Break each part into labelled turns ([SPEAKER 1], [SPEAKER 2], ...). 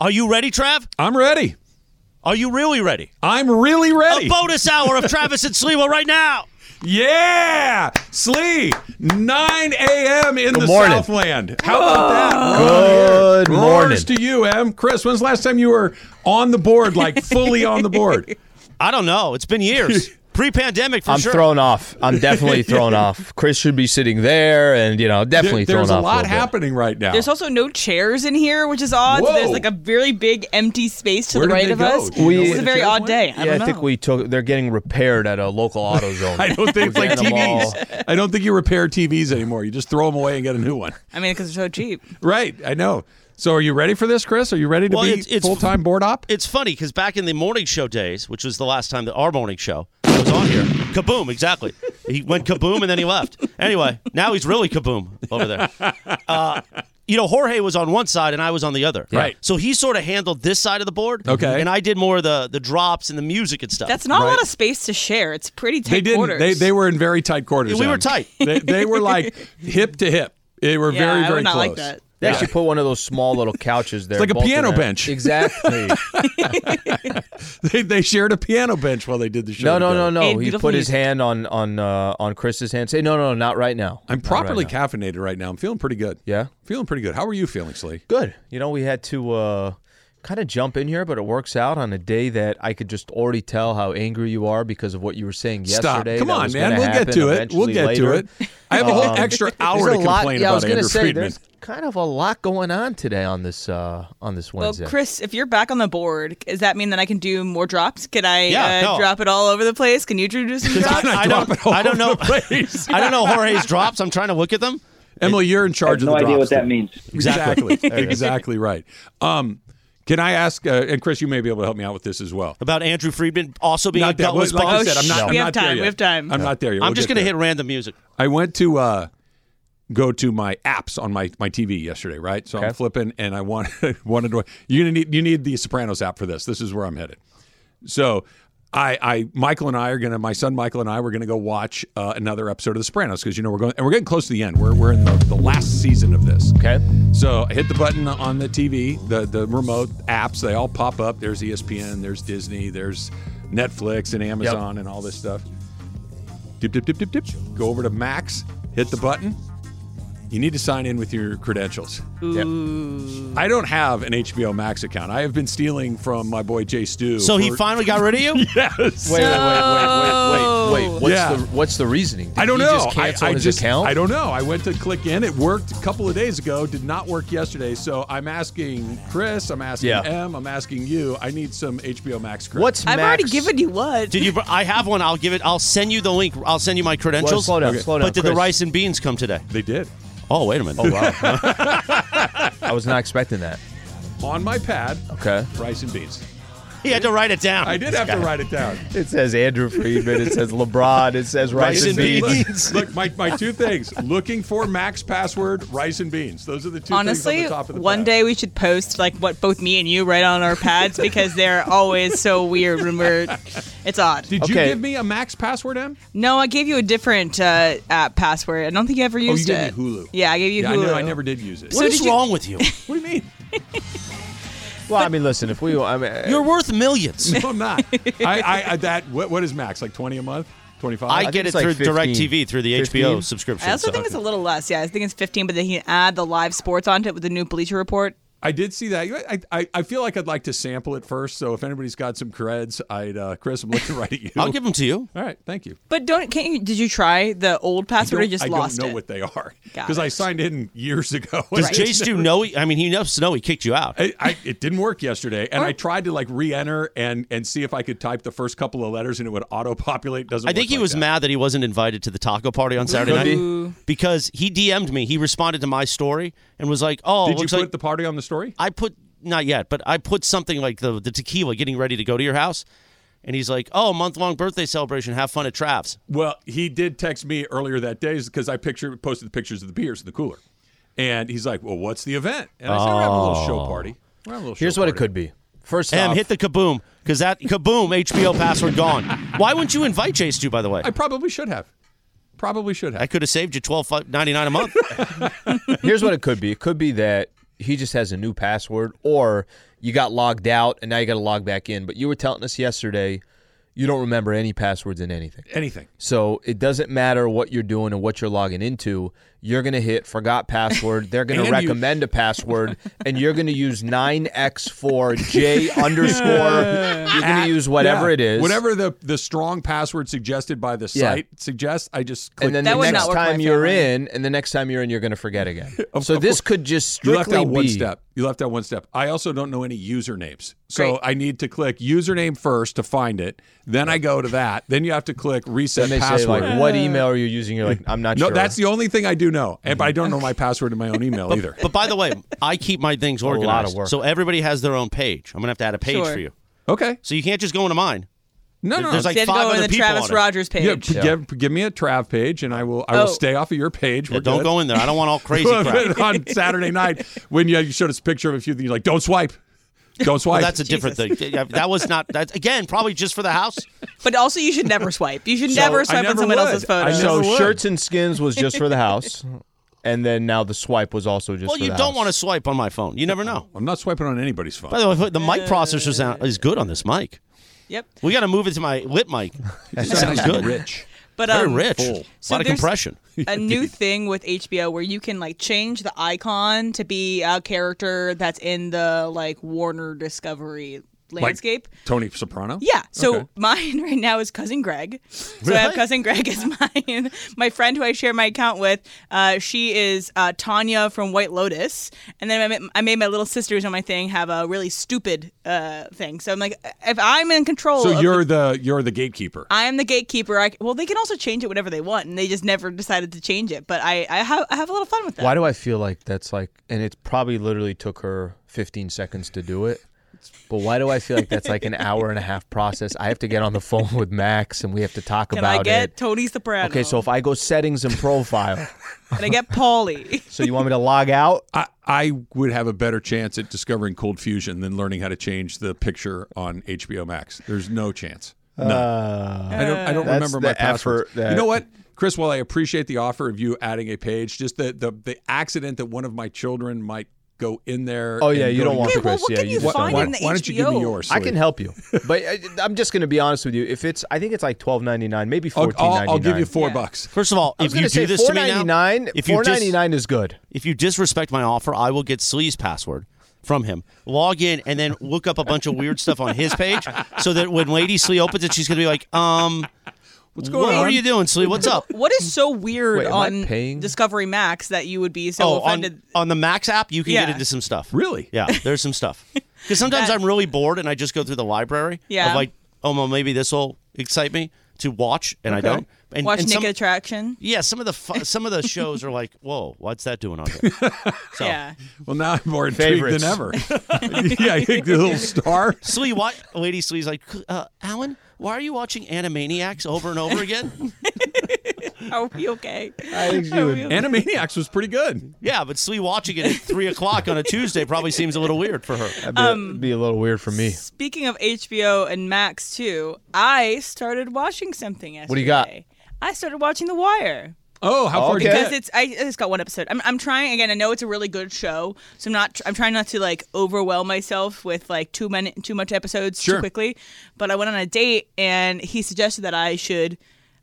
[SPEAKER 1] Are you ready, Trav?
[SPEAKER 2] I'm ready.
[SPEAKER 1] Are you really ready?
[SPEAKER 2] I'm really ready.
[SPEAKER 1] A bonus hour of Travis and Sliwa right now.
[SPEAKER 2] yeah, Slee. 9 a.m. in the
[SPEAKER 3] morning.
[SPEAKER 2] Southland. How about that?
[SPEAKER 3] Good
[SPEAKER 2] Roars
[SPEAKER 3] morning.
[SPEAKER 2] to you, Em. Chris, when's the last time you were on the board, like fully on the board?
[SPEAKER 1] I don't know. It's been years. Pre-pandemic for
[SPEAKER 3] I'm
[SPEAKER 1] sure.
[SPEAKER 3] thrown off. I'm definitely thrown off. Chris should be sitting there, and you know,
[SPEAKER 2] There-
[SPEAKER 3] definitely
[SPEAKER 2] there's
[SPEAKER 3] thrown
[SPEAKER 2] a
[SPEAKER 3] off.
[SPEAKER 2] lot
[SPEAKER 3] little bit.
[SPEAKER 2] happening right now.
[SPEAKER 4] There's also no chairs in here, which is odd. So
[SPEAKER 2] Whoa.
[SPEAKER 4] there's like a very big empty space to
[SPEAKER 2] Where
[SPEAKER 4] the
[SPEAKER 2] did
[SPEAKER 4] right
[SPEAKER 2] they
[SPEAKER 4] of
[SPEAKER 2] go?
[SPEAKER 4] us.
[SPEAKER 2] Do you
[SPEAKER 3] We- know
[SPEAKER 4] this
[SPEAKER 3] where
[SPEAKER 4] is a
[SPEAKER 3] the
[SPEAKER 4] very
[SPEAKER 2] chairs
[SPEAKER 4] odd
[SPEAKER 2] went?
[SPEAKER 4] day. I
[SPEAKER 3] yeah,
[SPEAKER 4] don't
[SPEAKER 3] I think
[SPEAKER 4] know.
[SPEAKER 3] we took. They're getting repaired at a local auto zone.
[SPEAKER 2] I don't think it's like
[SPEAKER 3] We're getting them all.
[SPEAKER 2] TVs. I don't think you repair TVs anymore. You just throw them away and get a new one.
[SPEAKER 4] I mean, because they're so cheap.
[SPEAKER 2] Right. I know. So are you ready for this, Chris? Are you ready to
[SPEAKER 1] Well,
[SPEAKER 2] be
[SPEAKER 1] it's- it's-
[SPEAKER 2] full-time board op?
[SPEAKER 1] It's funny because back in the morning show days, which was the last time that our morning show was on here, kaboom, exactly. He went kaboom and then he left. Anyway, now he's really kaboom over there. Uh, you know, Jorge was on one side and I was on the other.
[SPEAKER 2] Right.
[SPEAKER 1] So he sort of handled this side of the board.
[SPEAKER 2] Okay.
[SPEAKER 1] And I did more of the, the drops and the music and stuff.
[SPEAKER 4] That's not a
[SPEAKER 2] Right.
[SPEAKER 4] lot of space to share. It's pretty tight
[SPEAKER 2] They didn't.
[SPEAKER 4] quarters.
[SPEAKER 2] They, they were in very tight quarters.
[SPEAKER 1] We were
[SPEAKER 2] Em.
[SPEAKER 1] tight.
[SPEAKER 2] They, they were like hip to hip. They were
[SPEAKER 4] yeah,
[SPEAKER 2] very,
[SPEAKER 4] I
[SPEAKER 2] very
[SPEAKER 4] would not
[SPEAKER 2] close.
[SPEAKER 4] like that.
[SPEAKER 3] They actually put one of those small little couches there.
[SPEAKER 2] like a
[SPEAKER 3] both of
[SPEAKER 2] piano
[SPEAKER 3] them.
[SPEAKER 2] bench.
[SPEAKER 3] Exactly.
[SPEAKER 2] They, they shared a piano bench while they did the show.
[SPEAKER 3] no, no, no,
[SPEAKER 2] together.
[SPEAKER 3] no.
[SPEAKER 4] Hey,
[SPEAKER 3] he
[SPEAKER 4] beautiful
[SPEAKER 3] put his
[SPEAKER 4] music.
[SPEAKER 3] hand on on uh, on Chris's hand. Say, no, no, no, not right now.
[SPEAKER 2] I'm
[SPEAKER 3] Not right
[SPEAKER 2] properly
[SPEAKER 3] now."
[SPEAKER 2] caffeinated right now. I'm feeling pretty good.
[SPEAKER 3] Yeah?
[SPEAKER 2] Feeling pretty good. How are you feeling, Slee?
[SPEAKER 3] good. You know, we had to uh, kind of jump in here, but it works out on a day that I could just already tell how angry you are because of what you were saying
[SPEAKER 2] Stop.
[SPEAKER 3] yesterday.
[SPEAKER 2] Come
[SPEAKER 3] that
[SPEAKER 2] on,
[SPEAKER 3] was
[SPEAKER 2] man.
[SPEAKER 3] gonna
[SPEAKER 2] We'll get
[SPEAKER 3] happen
[SPEAKER 2] to it. We'll
[SPEAKER 3] eventually
[SPEAKER 2] get
[SPEAKER 3] later.
[SPEAKER 2] to it. I have a whole
[SPEAKER 3] Um,
[SPEAKER 2] extra hour
[SPEAKER 3] There's
[SPEAKER 2] to
[SPEAKER 3] a lot.
[SPEAKER 2] complain
[SPEAKER 3] Yeah, I was
[SPEAKER 2] about
[SPEAKER 3] gonna
[SPEAKER 2] Andrew
[SPEAKER 3] say
[SPEAKER 2] Friedman.
[SPEAKER 3] there's kind of a lot going on today on this uh, on this
[SPEAKER 4] Well,
[SPEAKER 3] Wednesday.
[SPEAKER 4] Chris, if you're back on the board, does that mean that I can do more drops? Can I
[SPEAKER 1] Yeah,
[SPEAKER 4] uh,
[SPEAKER 1] no.
[SPEAKER 4] drop it all over the place? Can you do some drops?
[SPEAKER 1] I don't, I don't know.
[SPEAKER 2] Please.
[SPEAKER 1] I don't know Jorge's drops. I'm trying to look at them.
[SPEAKER 2] Emily, you're in charge of
[SPEAKER 5] no
[SPEAKER 2] the
[SPEAKER 5] idea
[SPEAKER 2] drops
[SPEAKER 5] what that
[SPEAKER 2] today.
[SPEAKER 5] means.
[SPEAKER 2] Exactly. exactly right. Um, can I ask, uh, and Chris, you may be able to help me out with this as well.
[SPEAKER 1] About Andrew Friedman also being a
[SPEAKER 2] Not that,
[SPEAKER 1] gutless
[SPEAKER 2] like I
[SPEAKER 1] bum.
[SPEAKER 2] said, I'm not,
[SPEAKER 4] Oh,
[SPEAKER 2] I'm
[SPEAKER 4] we have
[SPEAKER 2] not there
[SPEAKER 4] time, we
[SPEAKER 2] yet.
[SPEAKER 4] have time.
[SPEAKER 2] I'm not there yet.
[SPEAKER 1] I'm
[SPEAKER 2] We'll
[SPEAKER 1] just
[SPEAKER 2] get
[SPEAKER 1] going to
[SPEAKER 2] there.
[SPEAKER 1] hit random music.
[SPEAKER 2] I went to uh, go to my apps on my, my TV yesterday, right? So I'm flipping, and I wanted wanted to. You need you need the Sopranos app for this. This is where I'm headed. So I I Michael and I are gonna my son Michael and I we're gonna go watch uh, another episode of The Sopranos because you know we're going and we're getting close to the end. We're we're in the, the last season of this.
[SPEAKER 3] Okay.
[SPEAKER 2] So I hit the button on the TV, the the remote apps. They all pop up. There's E ESPN. There's Disney. There's Netflix and Amazon and all this stuff. Dip, dip, dip, dip, dip. Go over to Max. Hit the button. You need to sign in with your credentials. I don't have an HBO Max account. I have been stealing from my boy Jay Stu.
[SPEAKER 1] So he
[SPEAKER 2] for-
[SPEAKER 1] finally got rid of you?
[SPEAKER 2] Yes.
[SPEAKER 3] Wait, wait, wait, wait, wait, wait, wait. What's
[SPEAKER 2] Yeah.
[SPEAKER 3] the what's the reasoning? Did
[SPEAKER 2] I don't
[SPEAKER 3] he
[SPEAKER 2] know.
[SPEAKER 3] Just cancel
[SPEAKER 2] I, I
[SPEAKER 3] his
[SPEAKER 2] just
[SPEAKER 3] account.
[SPEAKER 2] I don't know. I went to click in. It worked a couple of days ago. Did not work yesterday. So I'm asking Chris. I'm asking
[SPEAKER 3] Yeah.
[SPEAKER 2] Em. I'm asking you. I need some HBO Max. Credit.
[SPEAKER 3] What's
[SPEAKER 4] I've
[SPEAKER 3] Max?
[SPEAKER 4] already given you what?
[SPEAKER 1] Did you? I have one. I'll give it. I'll send you the link. I'll send you my credentials.
[SPEAKER 3] Well, slow down,
[SPEAKER 2] Okay.
[SPEAKER 3] slow down.
[SPEAKER 1] but did the
[SPEAKER 3] Chris.
[SPEAKER 1] rice and beans come today?
[SPEAKER 2] they did
[SPEAKER 1] Oh, wait a minute.
[SPEAKER 3] Oh wow! I was not expecting that.
[SPEAKER 2] on my pad?
[SPEAKER 3] Okay.
[SPEAKER 2] Rice and beans.
[SPEAKER 1] He had to write it down.
[SPEAKER 2] I did have to write it down.
[SPEAKER 3] It says Andrew Friedman. It says LeBron. It says rice, and beans.
[SPEAKER 2] Look, look, my, my two things: looking for Max password, rice and beans. Those are the two.
[SPEAKER 4] Honestly,
[SPEAKER 2] things on the top of the
[SPEAKER 4] one
[SPEAKER 2] pad.
[SPEAKER 4] day we should post like what both me and you write on our pads because they're always so weird when we're. It's odd.
[SPEAKER 2] Did you
[SPEAKER 3] Okay.
[SPEAKER 2] give me a Max password, Em?
[SPEAKER 4] No, I gave you a different uh, app password. I don't think you ever
[SPEAKER 2] Oh, you
[SPEAKER 4] used
[SPEAKER 2] gave me
[SPEAKER 4] it.
[SPEAKER 2] Hulu.
[SPEAKER 4] Yeah, I gave you
[SPEAKER 2] Yeah, I
[SPEAKER 4] Hulu.
[SPEAKER 2] know. I never did use it.
[SPEAKER 1] What
[SPEAKER 4] So
[SPEAKER 1] is
[SPEAKER 4] did you-
[SPEAKER 1] wrong with you?
[SPEAKER 2] What do you mean?
[SPEAKER 3] Well, I mean, listen. If we, I mean,
[SPEAKER 1] You're worth millions.
[SPEAKER 2] No, I'm not. I, I, I that what, what is Max like? Twenty a month? Twenty five?
[SPEAKER 1] I,
[SPEAKER 3] think
[SPEAKER 1] get it
[SPEAKER 3] it's like
[SPEAKER 1] through
[SPEAKER 3] 15.
[SPEAKER 1] Direct TV through the
[SPEAKER 3] 15?
[SPEAKER 1] HBO subscription.
[SPEAKER 4] I also
[SPEAKER 1] so-
[SPEAKER 4] think it's a little less. Yeah, I think it's 15, but they can add the live sports onto it with the new Bleacher Report.
[SPEAKER 2] I did see that. I, I, I feel like I'd like to sample it first. So if anybody's got some creds, I'd uh, Chris, I'm looking right at you.
[SPEAKER 1] I'll give them to you.
[SPEAKER 2] All right, thank you.
[SPEAKER 4] But don't can't you? Did you try the old password? or
[SPEAKER 2] Don't-
[SPEAKER 4] you just
[SPEAKER 2] I
[SPEAKER 4] lost
[SPEAKER 2] don't know
[SPEAKER 4] it.
[SPEAKER 2] what they are
[SPEAKER 4] Got
[SPEAKER 2] because
[SPEAKER 4] it.
[SPEAKER 2] I signed in years ago.
[SPEAKER 1] Does
[SPEAKER 2] Right.
[SPEAKER 1] Jay Stu know? He, I mean, he knows. No, he kicked you out.
[SPEAKER 2] I, I, it didn't work yesterday,
[SPEAKER 1] Oh.
[SPEAKER 2] and I tried to like re-enter and and see if I could type the first couple of letters, and it would auto-populate. Doesn't
[SPEAKER 1] I think
[SPEAKER 2] work
[SPEAKER 1] he
[SPEAKER 2] like
[SPEAKER 1] was
[SPEAKER 2] that.
[SPEAKER 1] mad that he wasn't invited to the taco party on Saturday
[SPEAKER 3] Could
[SPEAKER 1] night
[SPEAKER 3] be.
[SPEAKER 1] because he DM'd me. He responded to my story and was like, "Oh,
[SPEAKER 2] Did you
[SPEAKER 1] looks
[SPEAKER 2] put
[SPEAKER 1] like
[SPEAKER 2] the party on the story?
[SPEAKER 1] I put not yet, but I put something like the the tequila getting ready to go to your house." And he's like, "Oh, month long birthday celebration. Have fun at Trav's."
[SPEAKER 2] Well, he did text me earlier that day because I picture posted the pictures of the beers in the cooler, and he's like, "Well, what's the event?" And I said, "We're having a little show party." We're having a little
[SPEAKER 3] here's
[SPEAKER 2] show
[SPEAKER 3] what it
[SPEAKER 2] party.
[SPEAKER 3] could be. First
[SPEAKER 1] Em,
[SPEAKER 3] off,
[SPEAKER 1] hit the kaboom because that kaboom HBO password gone. Why wouldn't you invite Jay Stu? By the way,
[SPEAKER 2] I probably should have. Probably should
[SPEAKER 1] I
[SPEAKER 2] have.
[SPEAKER 1] could have saved you twelve ninety nine a month.
[SPEAKER 3] here's what it could be. It could be that he just has a new password, or you got logged out and now you got to log back in. But you were telling us yesterday you don't remember any passwords in anything.
[SPEAKER 2] Anything.
[SPEAKER 3] So it doesn't matter what you're doing and what you're logging into. You're going to hit forgot password. They're going to
[SPEAKER 2] And you-
[SPEAKER 3] recommend a password, and you're going to use 9x4j underscore. You're going to use whatever
[SPEAKER 2] Uh, Yeah.
[SPEAKER 3] it is.
[SPEAKER 2] Whatever the, the strong password suggested by the
[SPEAKER 3] Yeah.
[SPEAKER 2] site suggests, I just click.
[SPEAKER 3] And then
[SPEAKER 4] That
[SPEAKER 3] the
[SPEAKER 4] would
[SPEAKER 3] next
[SPEAKER 4] not work
[SPEAKER 3] time
[SPEAKER 4] my
[SPEAKER 3] you're
[SPEAKER 4] family.
[SPEAKER 3] in, and the next time you're in, you're going to forget again. so
[SPEAKER 2] of
[SPEAKER 3] this could just
[SPEAKER 2] you left
[SPEAKER 3] strictly
[SPEAKER 2] out one
[SPEAKER 3] be-
[SPEAKER 2] step. You left out one step. I also don't know any usernames. So
[SPEAKER 4] Great.
[SPEAKER 2] I need to click username first to find it. Then I go to that. Then you have to click reset
[SPEAKER 3] And they
[SPEAKER 2] password.
[SPEAKER 3] say like, "What email are you using?" You're like, "I'm not
[SPEAKER 2] no,
[SPEAKER 3] sure."
[SPEAKER 2] that's the only thing I do know. And I don't know my password in my own email either.
[SPEAKER 1] But by the way, I keep my things
[SPEAKER 3] lot
[SPEAKER 1] organized.
[SPEAKER 3] of work.
[SPEAKER 1] So everybody has their own page. I'm gonna have to add a page
[SPEAKER 4] Sure.
[SPEAKER 1] for you.
[SPEAKER 2] Okay.
[SPEAKER 1] So you can't just go into mine.
[SPEAKER 2] No, no.
[SPEAKER 1] There's
[SPEAKER 2] no.
[SPEAKER 1] like
[SPEAKER 4] They had to
[SPEAKER 1] five
[SPEAKER 4] go
[SPEAKER 1] other
[SPEAKER 4] on the
[SPEAKER 1] people
[SPEAKER 4] Travis
[SPEAKER 1] on it.
[SPEAKER 4] Rogers
[SPEAKER 2] Yeah,
[SPEAKER 4] page.
[SPEAKER 2] p- give, give me a Trav page, and I will. I will
[SPEAKER 4] Oh.
[SPEAKER 2] stay off of your page. We're
[SPEAKER 1] Yeah, don't
[SPEAKER 2] good.
[SPEAKER 1] go in there. I don't want all crazy crap.
[SPEAKER 2] on Saturday night when you, you showed us a picture of a few things, you're like don't swipe, don't swipe.
[SPEAKER 1] Well, that's a different thing. Yeah, That was not. That again, probably just for the house.
[SPEAKER 4] But also, you should never swipe. You should never swipe on
[SPEAKER 2] never
[SPEAKER 4] someone
[SPEAKER 2] would.
[SPEAKER 4] else's
[SPEAKER 2] I
[SPEAKER 4] photo.
[SPEAKER 2] never
[SPEAKER 3] so
[SPEAKER 2] Never would.
[SPEAKER 3] shirts and skins was just for the house, and then now the swipe was also just.
[SPEAKER 1] Well,
[SPEAKER 3] for
[SPEAKER 1] you
[SPEAKER 3] the
[SPEAKER 1] don't
[SPEAKER 3] house.
[SPEAKER 1] want to swipe on my phone. You never know.
[SPEAKER 2] I'm not swiping on anybody's phone.
[SPEAKER 1] By the way, the mic processor sound is good on this mic.
[SPEAKER 4] Yep.
[SPEAKER 1] We got to move it to my lip mic. It sounds
[SPEAKER 2] Sounds
[SPEAKER 1] good.
[SPEAKER 2] Rich.
[SPEAKER 4] But
[SPEAKER 1] Very
[SPEAKER 4] um,
[SPEAKER 1] rich.
[SPEAKER 2] full.
[SPEAKER 1] A
[SPEAKER 4] So
[SPEAKER 1] lot of
[SPEAKER 4] there's-
[SPEAKER 1] compression.
[SPEAKER 4] a new thing with HBO where you can like change the icon to be a character that's in the like Warner Discovery landscape.
[SPEAKER 2] Tony Soprano.
[SPEAKER 4] yeah. So
[SPEAKER 2] Okay.
[SPEAKER 4] mine right now is cousin Greg. So I have cousin Greg as mine. my friend who I share my account with, uh, she is uh, Tanya from White Lotus. And then I made, I made my little sisters on my thing have a really stupid uh, thing. So I'm like, if I'm in control,
[SPEAKER 2] So
[SPEAKER 4] of
[SPEAKER 2] you're the you're the gatekeeper.
[SPEAKER 4] I am the gatekeeper. I, well, they can also change it whatever they want, and they just never decided to change it. But I, I have, I have a little fun with that.
[SPEAKER 3] Why do I feel like that's like, and it probably literally took her 15 seconds to do it. But why do I feel like that's like an hour and a half process? I have to get on the phone with Max, and we have to talk
[SPEAKER 4] Can
[SPEAKER 3] about
[SPEAKER 4] I get
[SPEAKER 3] it.
[SPEAKER 4] Tony Soprano?
[SPEAKER 3] Okay, so if I go settings and profile,
[SPEAKER 4] can I get Paulie?
[SPEAKER 3] so you want me to log out?
[SPEAKER 2] I, I would have a better chance at discovering cold fusion than learning how to change the picture on HBO Max. There's no chance. No.
[SPEAKER 3] Uh,
[SPEAKER 2] I don't I don't
[SPEAKER 3] That's
[SPEAKER 2] remember my
[SPEAKER 3] the effort
[SPEAKER 2] password.
[SPEAKER 3] that-
[SPEAKER 2] You know what? Chris, while I appreciate the offer of you adding a page, just the the, the accident that one of my children might go in there.
[SPEAKER 3] Oh, yeah,
[SPEAKER 2] and
[SPEAKER 3] you
[SPEAKER 2] go
[SPEAKER 3] don't
[SPEAKER 2] to
[SPEAKER 3] want
[SPEAKER 2] use
[SPEAKER 3] Okay, well, what
[SPEAKER 2] it. Why-
[SPEAKER 3] can you
[SPEAKER 2] why-
[SPEAKER 3] find
[SPEAKER 2] why,
[SPEAKER 4] in the
[SPEAKER 2] why don't you give me
[SPEAKER 4] HBO?
[SPEAKER 2] yours?
[SPEAKER 3] I can help you, but I, I'm just going to be honest with you. If it's, I think it's like 12.99, maybe 14.99.
[SPEAKER 2] I'll, I'll, I'll give you four
[SPEAKER 4] Yeah.
[SPEAKER 2] bucks.
[SPEAKER 1] First of all,
[SPEAKER 3] I was
[SPEAKER 1] if you
[SPEAKER 3] gonna say
[SPEAKER 1] do this to me now,
[SPEAKER 3] 4.99.
[SPEAKER 1] if you dis-
[SPEAKER 3] 4.99 is good.
[SPEAKER 1] if you disrespect my offer, I will get Slee's password from him. Log in and then look up a bunch of weird stuff on his page, so that when Lady Slee opens it, she's gonna be like, "Um, what's
[SPEAKER 2] going
[SPEAKER 1] What
[SPEAKER 2] on?
[SPEAKER 1] are you doing, Slee? What's up?"
[SPEAKER 4] what is so weird
[SPEAKER 3] Wait, am I
[SPEAKER 4] on
[SPEAKER 3] paying?
[SPEAKER 4] Discovery Max that you would be so
[SPEAKER 1] Oh,
[SPEAKER 4] offended?
[SPEAKER 1] on, on the Max app, you can get
[SPEAKER 4] Yeah.
[SPEAKER 1] into some stuff.
[SPEAKER 2] Really?
[SPEAKER 1] Yeah, there's some stuff. Because sometimes
[SPEAKER 4] That-
[SPEAKER 1] I'm really bored and I just go through the library.
[SPEAKER 4] Yeah.
[SPEAKER 1] Of like, oh, well, maybe this will excite me to watch, and I don't. And,
[SPEAKER 4] Watch
[SPEAKER 1] and
[SPEAKER 4] Naked
[SPEAKER 1] some-
[SPEAKER 4] Attraction.
[SPEAKER 1] Yeah, some of the fu- some of the shows are like, whoa, what's that doing on here?
[SPEAKER 3] Oh.
[SPEAKER 1] So,
[SPEAKER 4] Yeah.
[SPEAKER 2] Well, now I'm more intrigued
[SPEAKER 3] Favorites.
[SPEAKER 2] than ever. yeah, I think the little star.
[SPEAKER 1] Slee, why? Lady Slee's like, uh, Alan, why are you watching Animaniacs over and over again?
[SPEAKER 4] Are we okay?
[SPEAKER 3] I think she would-
[SPEAKER 2] Animaniacs was pretty good.
[SPEAKER 1] yeah, but Slee watching it at three o'clock on a Tuesday probably seems a little weird for her.
[SPEAKER 3] That'd be,
[SPEAKER 2] Um,
[SPEAKER 3] that'd be a little weird for me.
[SPEAKER 4] Speaking of HBO and Max too, I started watching something yesterday.
[SPEAKER 3] do you got?
[SPEAKER 4] I started watching The Wire.
[SPEAKER 2] Oh, how far did you
[SPEAKER 3] Okay.
[SPEAKER 4] because
[SPEAKER 2] get?
[SPEAKER 4] it's I just got one episode. I'm, I'm trying again. I know it's a really good show, so I'm not. I'm trying not to like overwhelm myself with like too many too much episodes
[SPEAKER 2] Sure.
[SPEAKER 4] too quickly. But I went on a date and he suggested that I should,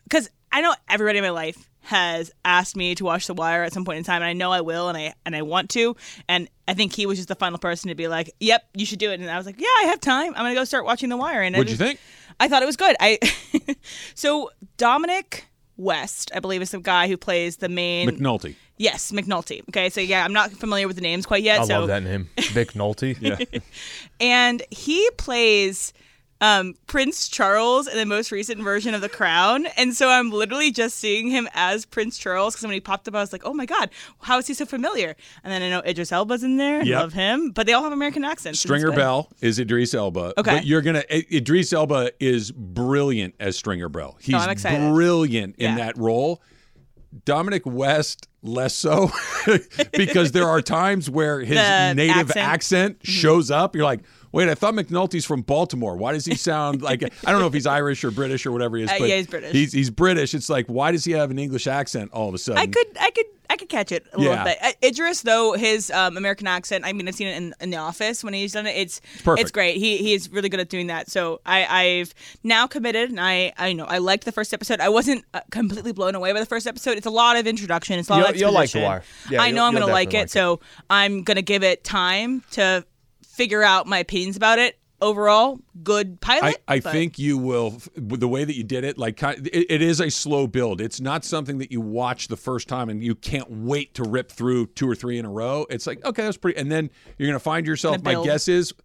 [SPEAKER 4] because I know everybody in my life has asked me to watch The Wire at some point in time, and I know I will, and I and I want to, and I think he was just the final person to be like, "Yep, you should do it." And I was like, "Yeah, I have time. I'm gonna go start watching The Wire." And I
[SPEAKER 2] What'd you
[SPEAKER 4] just-
[SPEAKER 2] think?
[SPEAKER 4] I thought it was good. I so Dominic West, I believe, is the guy who plays the main.
[SPEAKER 2] McNulty.
[SPEAKER 4] yes, McNulty. Okay, so yeah, I'm not familiar with the names quite yet.
[SPEAKER 3] I
[SPEAKER 4] so
[SPEAKER 3] love that name, Vic Nolte. yeah.
[SPEAKER 4] and he plays um, Prince Charles in the most recent version of The Crown. And so I'm literally just seeing him as Prince Charles because when he popped up, I was like, oh my God, how is he so familiar? And then I know Idris Elba's in there. I
[SPEAKER 2] Yep.
[SPEAKER 4] love him. But they all have American accents. and it's
[SPEAKER 2] Stringer
[SPEAKER 4] good.
[SPEAKER 2] Bell is Idris Elba.
[SPEAKER 4] Okay.
[SPEAKER 2] But you're going to, Idris Elba is brilliant as Stringer Bell. He's
[SPEAKER 4] I'm excited.
[SPEAKER 2] brilliant in
[SPEAKER 4] Yeah.
[SPEAKER 2] that role. Dominic West, less so, because there are times where his
[SPEAKER 4] The
[SPEAKER 2] native accent,
[SPEAKER 4] accent. Mm-hmm.
[SPEAKER 2] shows up. You're like, wait, I thought McNulty's from Baltimore. Why does he sound like, I don't know if he's Irish or British or whatever he is.
[SPEAKER 4] Uh,
[SPEAKER 2] but
[SPEAKER 4] yeah, he's British.
[SPEAKER 2] He's, he's British. It's like, why does he have an English accent all of a sudden?
[SPEAKER 4] I could, I could, I could catch it a little
[SPEAKER 2] Yeah.
[SPEAKER 4] bit. I- Idris, though, his um, American accent, I mean, I've seen it in, in The Office when he's done it. It's
[SPEAKER 2] perfect.
[SPEAKER 4] It's great. He he is really good at doing that. So I I've now committed, and I I know I liked the first episode. I wasn't uh, completely blown away by the first episode. It's a lot of introduction. It's a lot of
[SPEAKER 3] You'll- you'll like The
[SPEAKER 4] exposition.
[SPEAKER 3] Wire. Yeah,
[SPEAKER 4] I
[SPEAKER 3] you'll-
[SPEAKER 4] know I'm
[SPEAKER 3] you'll
[SPEAKER 4] gonna like
[SPEAKER 3] definitely
[SPEAKER 4] it,
[SPEAKER 3] like it.
[SPEAKER 4] So I'm gonna give it time to figure out my opinions about it. Overall, good
[SPEAKER 2] I,
[SPEAKER 4] pilot.
[SPEAKER 2] I
[SPEAKER 4] but-
[SPEAKER 2] think you will f- with the way that you did it like ki- it, it is a slow build it's not something that you watch the first time and you can't wait to rip through two or three in a row it's like okay that's pretty and then you're gonna find yourself
[SPEAKER 4] Gonna
[SPEAKER 2] my
[SPEAKER 4] build.
[SPEAKER 2] guess is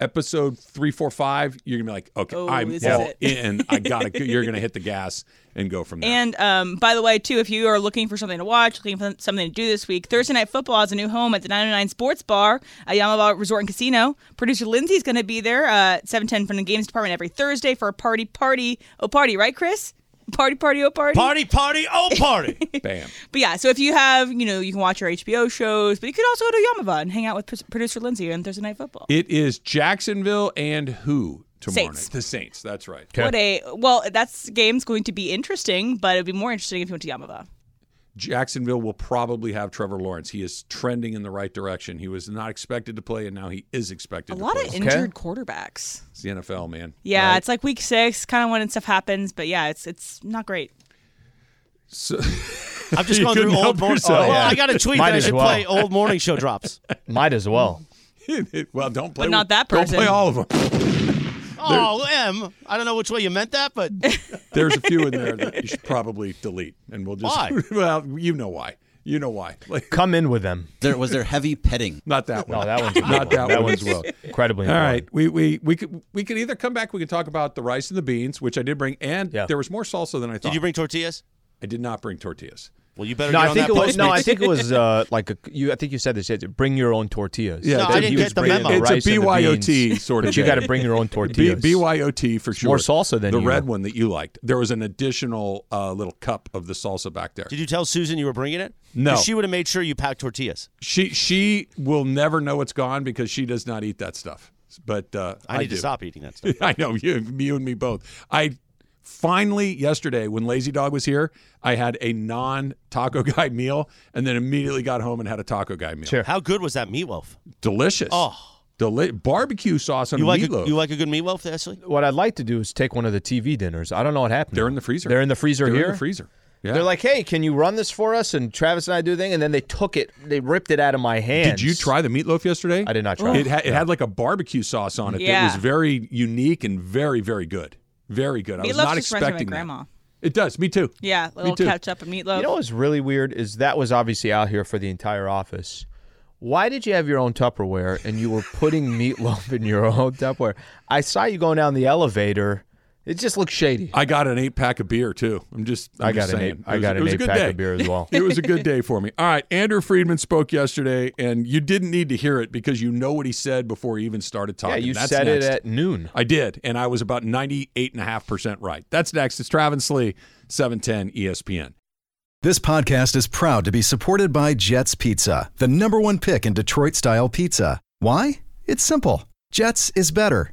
[SPEAKER 2] episode three four five you're gonna be like okay
[SPEAKER 4] Oh,
[SPEAKER 2] i'm
[SPEAKER 4] this is
[SPEAKER 2] all
[SPEAKER 4] it.
[SPEAKER 2] in i gotta go- you're gonna hit the gas and go from there
[SPEAKER 4] And um, by the way, too, if you are looking for something to watch, looking for something to do this week, Thursday Night Football has a new home at the 909 Sports Bar at Yamaba Resort and Casino. Producer Lindsay's going to be there uh, at 710 from the Games Department every Thursday for a party, party, oh, party, right, Chris? Party, party, oh, party.
[SPEAKER 1] Party, party, oh party.
[SPEAKER 2] bam
[SPEAKER 4] But yeah, so if you have, you know, you can watch our HBO shows, but you could also go to Yamaba and hang out with pr- producer Lindsay on Thursday Night Football.
[SPEAKER 2] it is jacksonville and who tomorrow
[SPEAKER 4] Saints.
[SPEAKER 2] night the saints that's right
[SPEAKER 4] What a well, that's game's going to be interesting, but it'd be more interesting if you went to Yamaba.
[SPEAKER 2] Jacksonville will probably have Trevor Lawrence. He is trending in the right direction. He was not expected to play, and now he is expected
[SPEAKER 4] A
[SPEAKER 2] to
[SPEAKER 4] lot
[SPEAKER 2] play.
[SPEAKER 4] of injured quarterbacks.
[SPEAKER 2] it's the NFL, man.
[SPEAKER 4] Yeah,
[SPEAKER 2] Right?
[SPEAKER 4] it's like week six, kind of when stuff happens, but yeah, it's it's not great.
[SPEAKER 2] So-
[SPEAKER 1] I'm just
[SPEAKER 2] You
[SPEAKER 1] going through
[SPEAKER 2] couldn't
[SPEAKER 1] old
[SPEAKER 2] help
[SPEAKER 1] morning.
[SPEAKER 2] yourself.
[SPEAKER 1] Well,
[SPEAKER 3] Oh, yeah.
[SPEAKER 1] I got a tweet
[SPEAKER 3] Might
[SPEAKER 1] that I
[SPEAKER 3] as
[SPEAKER 1] should
[SPEAKER 3] well.
[SPEAKER 1] play old morning show drops.
[SPEAKER 3] Might as well.
[SPEAKER 2] well, don't play.
[SPEAKER 4] But not
[SPEAKER 2] with-
[SPEAKER 4] that person.
[SPEAKER 2] Don't play all of them.
[SPEAKER 1] Oh, M. I don't know which way you meant that, but
[SPEAKER 2] There's a few in there that you should probably delete, and we'll just.
[SPEAKER 1] Why?
[SPEAKER 2] well, you know why. You know why. Like,
[SPEAKER 3] Come in with them.
[SPEAKER 5] There was there heavy petting.
[SPEAKER 2] not that one.
[SPEAKER 3] No, that one's a good
[SPEAKER 2] Not
[SPEAKER 3] one.
[SPEAKER 2] that one.
[SPEAKER 3] one's well, incredibly.
[SPEAKER 2] All
[SPEAKER 3] important.
[SPEAKER 2] right, we we we could we could either come back. We could talk about the rice and the beans, which I did bring, and
[SPEAKER 3] Yeah.
[SPEAKER 2] there was more salsa than I thought.
[SPEAKER 1] did you bring tortillas?
[SPEAKER 2] I did not bring tortillas.
[SPEAKER 1] Well, you better
[SPEAKER 3] No,
[SPEAKER 1] get
[SPEAKER 3] I
[SPEAKER 1] on
[SPEAKER 3] think
[SPEAKER 1] that
[SPEAKER 3] it was. No,
[SPEAKER 1] Postmates.
[SPEAKER 3] I think it was uh, like a, you. I think you said this. you had to Bring your own tortillas.
[SPEAKER 2] Yeah, No, I
[SPEAKER 3] think
[SPEAKER 1] didn't
[SPEAKER 3] he
[SPEAKER 1] get
[SPEAKER 3] was
[SPEAKER 1] the
[SPEAKER 3] bringing
[SPEAKER 1] memo.
[SPEAKER 3] the
[SPEAKER 2] It's a
[SPEAKER 3] rice and the
[SPEAKER 2] BYOT
[SPEAKER 3] beans,
[SPEAKER 2] sort of
[SPEAKER 3] But you
[SPEAKER 2] day.
[SPEAKER 3] got to bring your own
[SPEAKER 2] B-
[SPEAKER 3] tortillas.
[SPEAKER 2] BYOT for sure.
[SPEAKER 3] more salsa than
[SPEAKER 2] the
[SPEAKER 3] you.
[SPEAKER 2] red one that you liked. There was an additional uh, little cup of the salsa back there.
[SPEAKER 1] Did you tell Susan you were bringing it?
[SPEAKER 2] No.
[SPEAKER 1] 'Cause She would have made sure you packed tortillas.
[SPEAKER 2] She she will never know it's gone because she does not eat that stuff. But uh,
[SPEAKER 1] I need to
[SPEAKER 2] do.
[SPEAKER 1] stop eating that stuff.
[SPEAKER 2] I know you, you and me both. I finally yesterday when Lazy Dog was here, I had a non taco guy meal, and then immediately got home and had a taco guy meal.
[SPEAKER 3] Sure.
[SPEAKER 1] How good was that meatloaf?
[SPEAKER 2] Delicious.
[SPEAKER 1] Oh.
[SPEAKER 2] Deli- barbecue sauce on
[SPEAKER 1] You
[SPEAKER 2] a
[SPEAKER 1] like
[SPEAKER 2] meatloaf.
[SPEAKER 1] a, you like a good meatloaf, Ashley?
[SPEAKER 3] What I'd like to do is take one of the TV dinners. I don't know what happened.
[SPEAKER 2] They're in the freezer.
[SPEAKER 3] They're in the freezer
[SPEAKER 2] They're
[SPEAKER 3] here.
[SPEAKER 2] in the freezer. Yeah.
[SPEAKER 3] They're like, hey, can you run this for us? And Travis and I do a thing, and then they took it. They ripped it out of my hands.
[SPEAKER 2] Did you try the meatloaf yesterday?
[SPEAKER 3] I did not try
[SPEAKER 2] It,
[SPEAKER 3] it.
[SPEAKER 2] ha- it had like a barbecue sauce on it that
[SPEAKER 4] Yeah.
[SPEAKER 2] was very unique and very, very good. Very good. I was
[SPEAKER 4] Meatloaf
[SPEAKER 2] not
[SPEAKER 4] just reminds me of my
[SPEAKER 2] expecting that.
[SPEAKER 4] grandma.
[SPEAKER 2] It does. Me too.
[SPEAKER 4] Yeah, little
[SPEAKER 2] too.
[SPEAKER 4] ketchup and meatloaf.
[SPEAKER 3] You know what's really weird is that was obviously out here for the entire office. Why did you have your own Tupperware and you were putting meatloaf in your own Tupperware? I saw you going down the elevator. It just looked shady.
[SPEAKER 2] I got an eight pack of beer too. I'm just. I'm
[SPEAKER 3] I got
[SPEAKER 2] just
[SPEAKER 3] an
[SPEAKER 2] saying.
[SPEAKER 3] eight.
[SPEAKER 2] It
[SPEAKER 3] I
[SPEAKER 2] was-
[SPEAKER 3] got
[SPEAKER 2] it
[SPEAKER 3] an
[SPEAKER 2] was a
[SPEAKER 3] eight
[SPEAKER 2] good
[SPEAKER 3] pack
[SPEAKER 2] day.
[SPEAKER 3] of beer as well.
[SPEAKER 2] It was a good day for me. All right, Andrew Friedman spoke yesterday, and you didn't need to hear it because you know what he said before he even started
[SPEAKER 3] yeah,
[SPEAKER 2] talking.
[SPEAKER 3] you
[SPEAKER 2] That's
[SPEAKER 3] said
[SPEAKER 2] next.
[SPEAKER 3] it at noon.
[SPEAKER 2] I did, and I was about 98.5% right. That's next. It's Travis Lee, E 710 ESPN.
[SPEAKER 6] This podcast is proud to be supported by Jets Pizza, the number one pick in Detroit style pizza. Why? It's simple. Jets is better.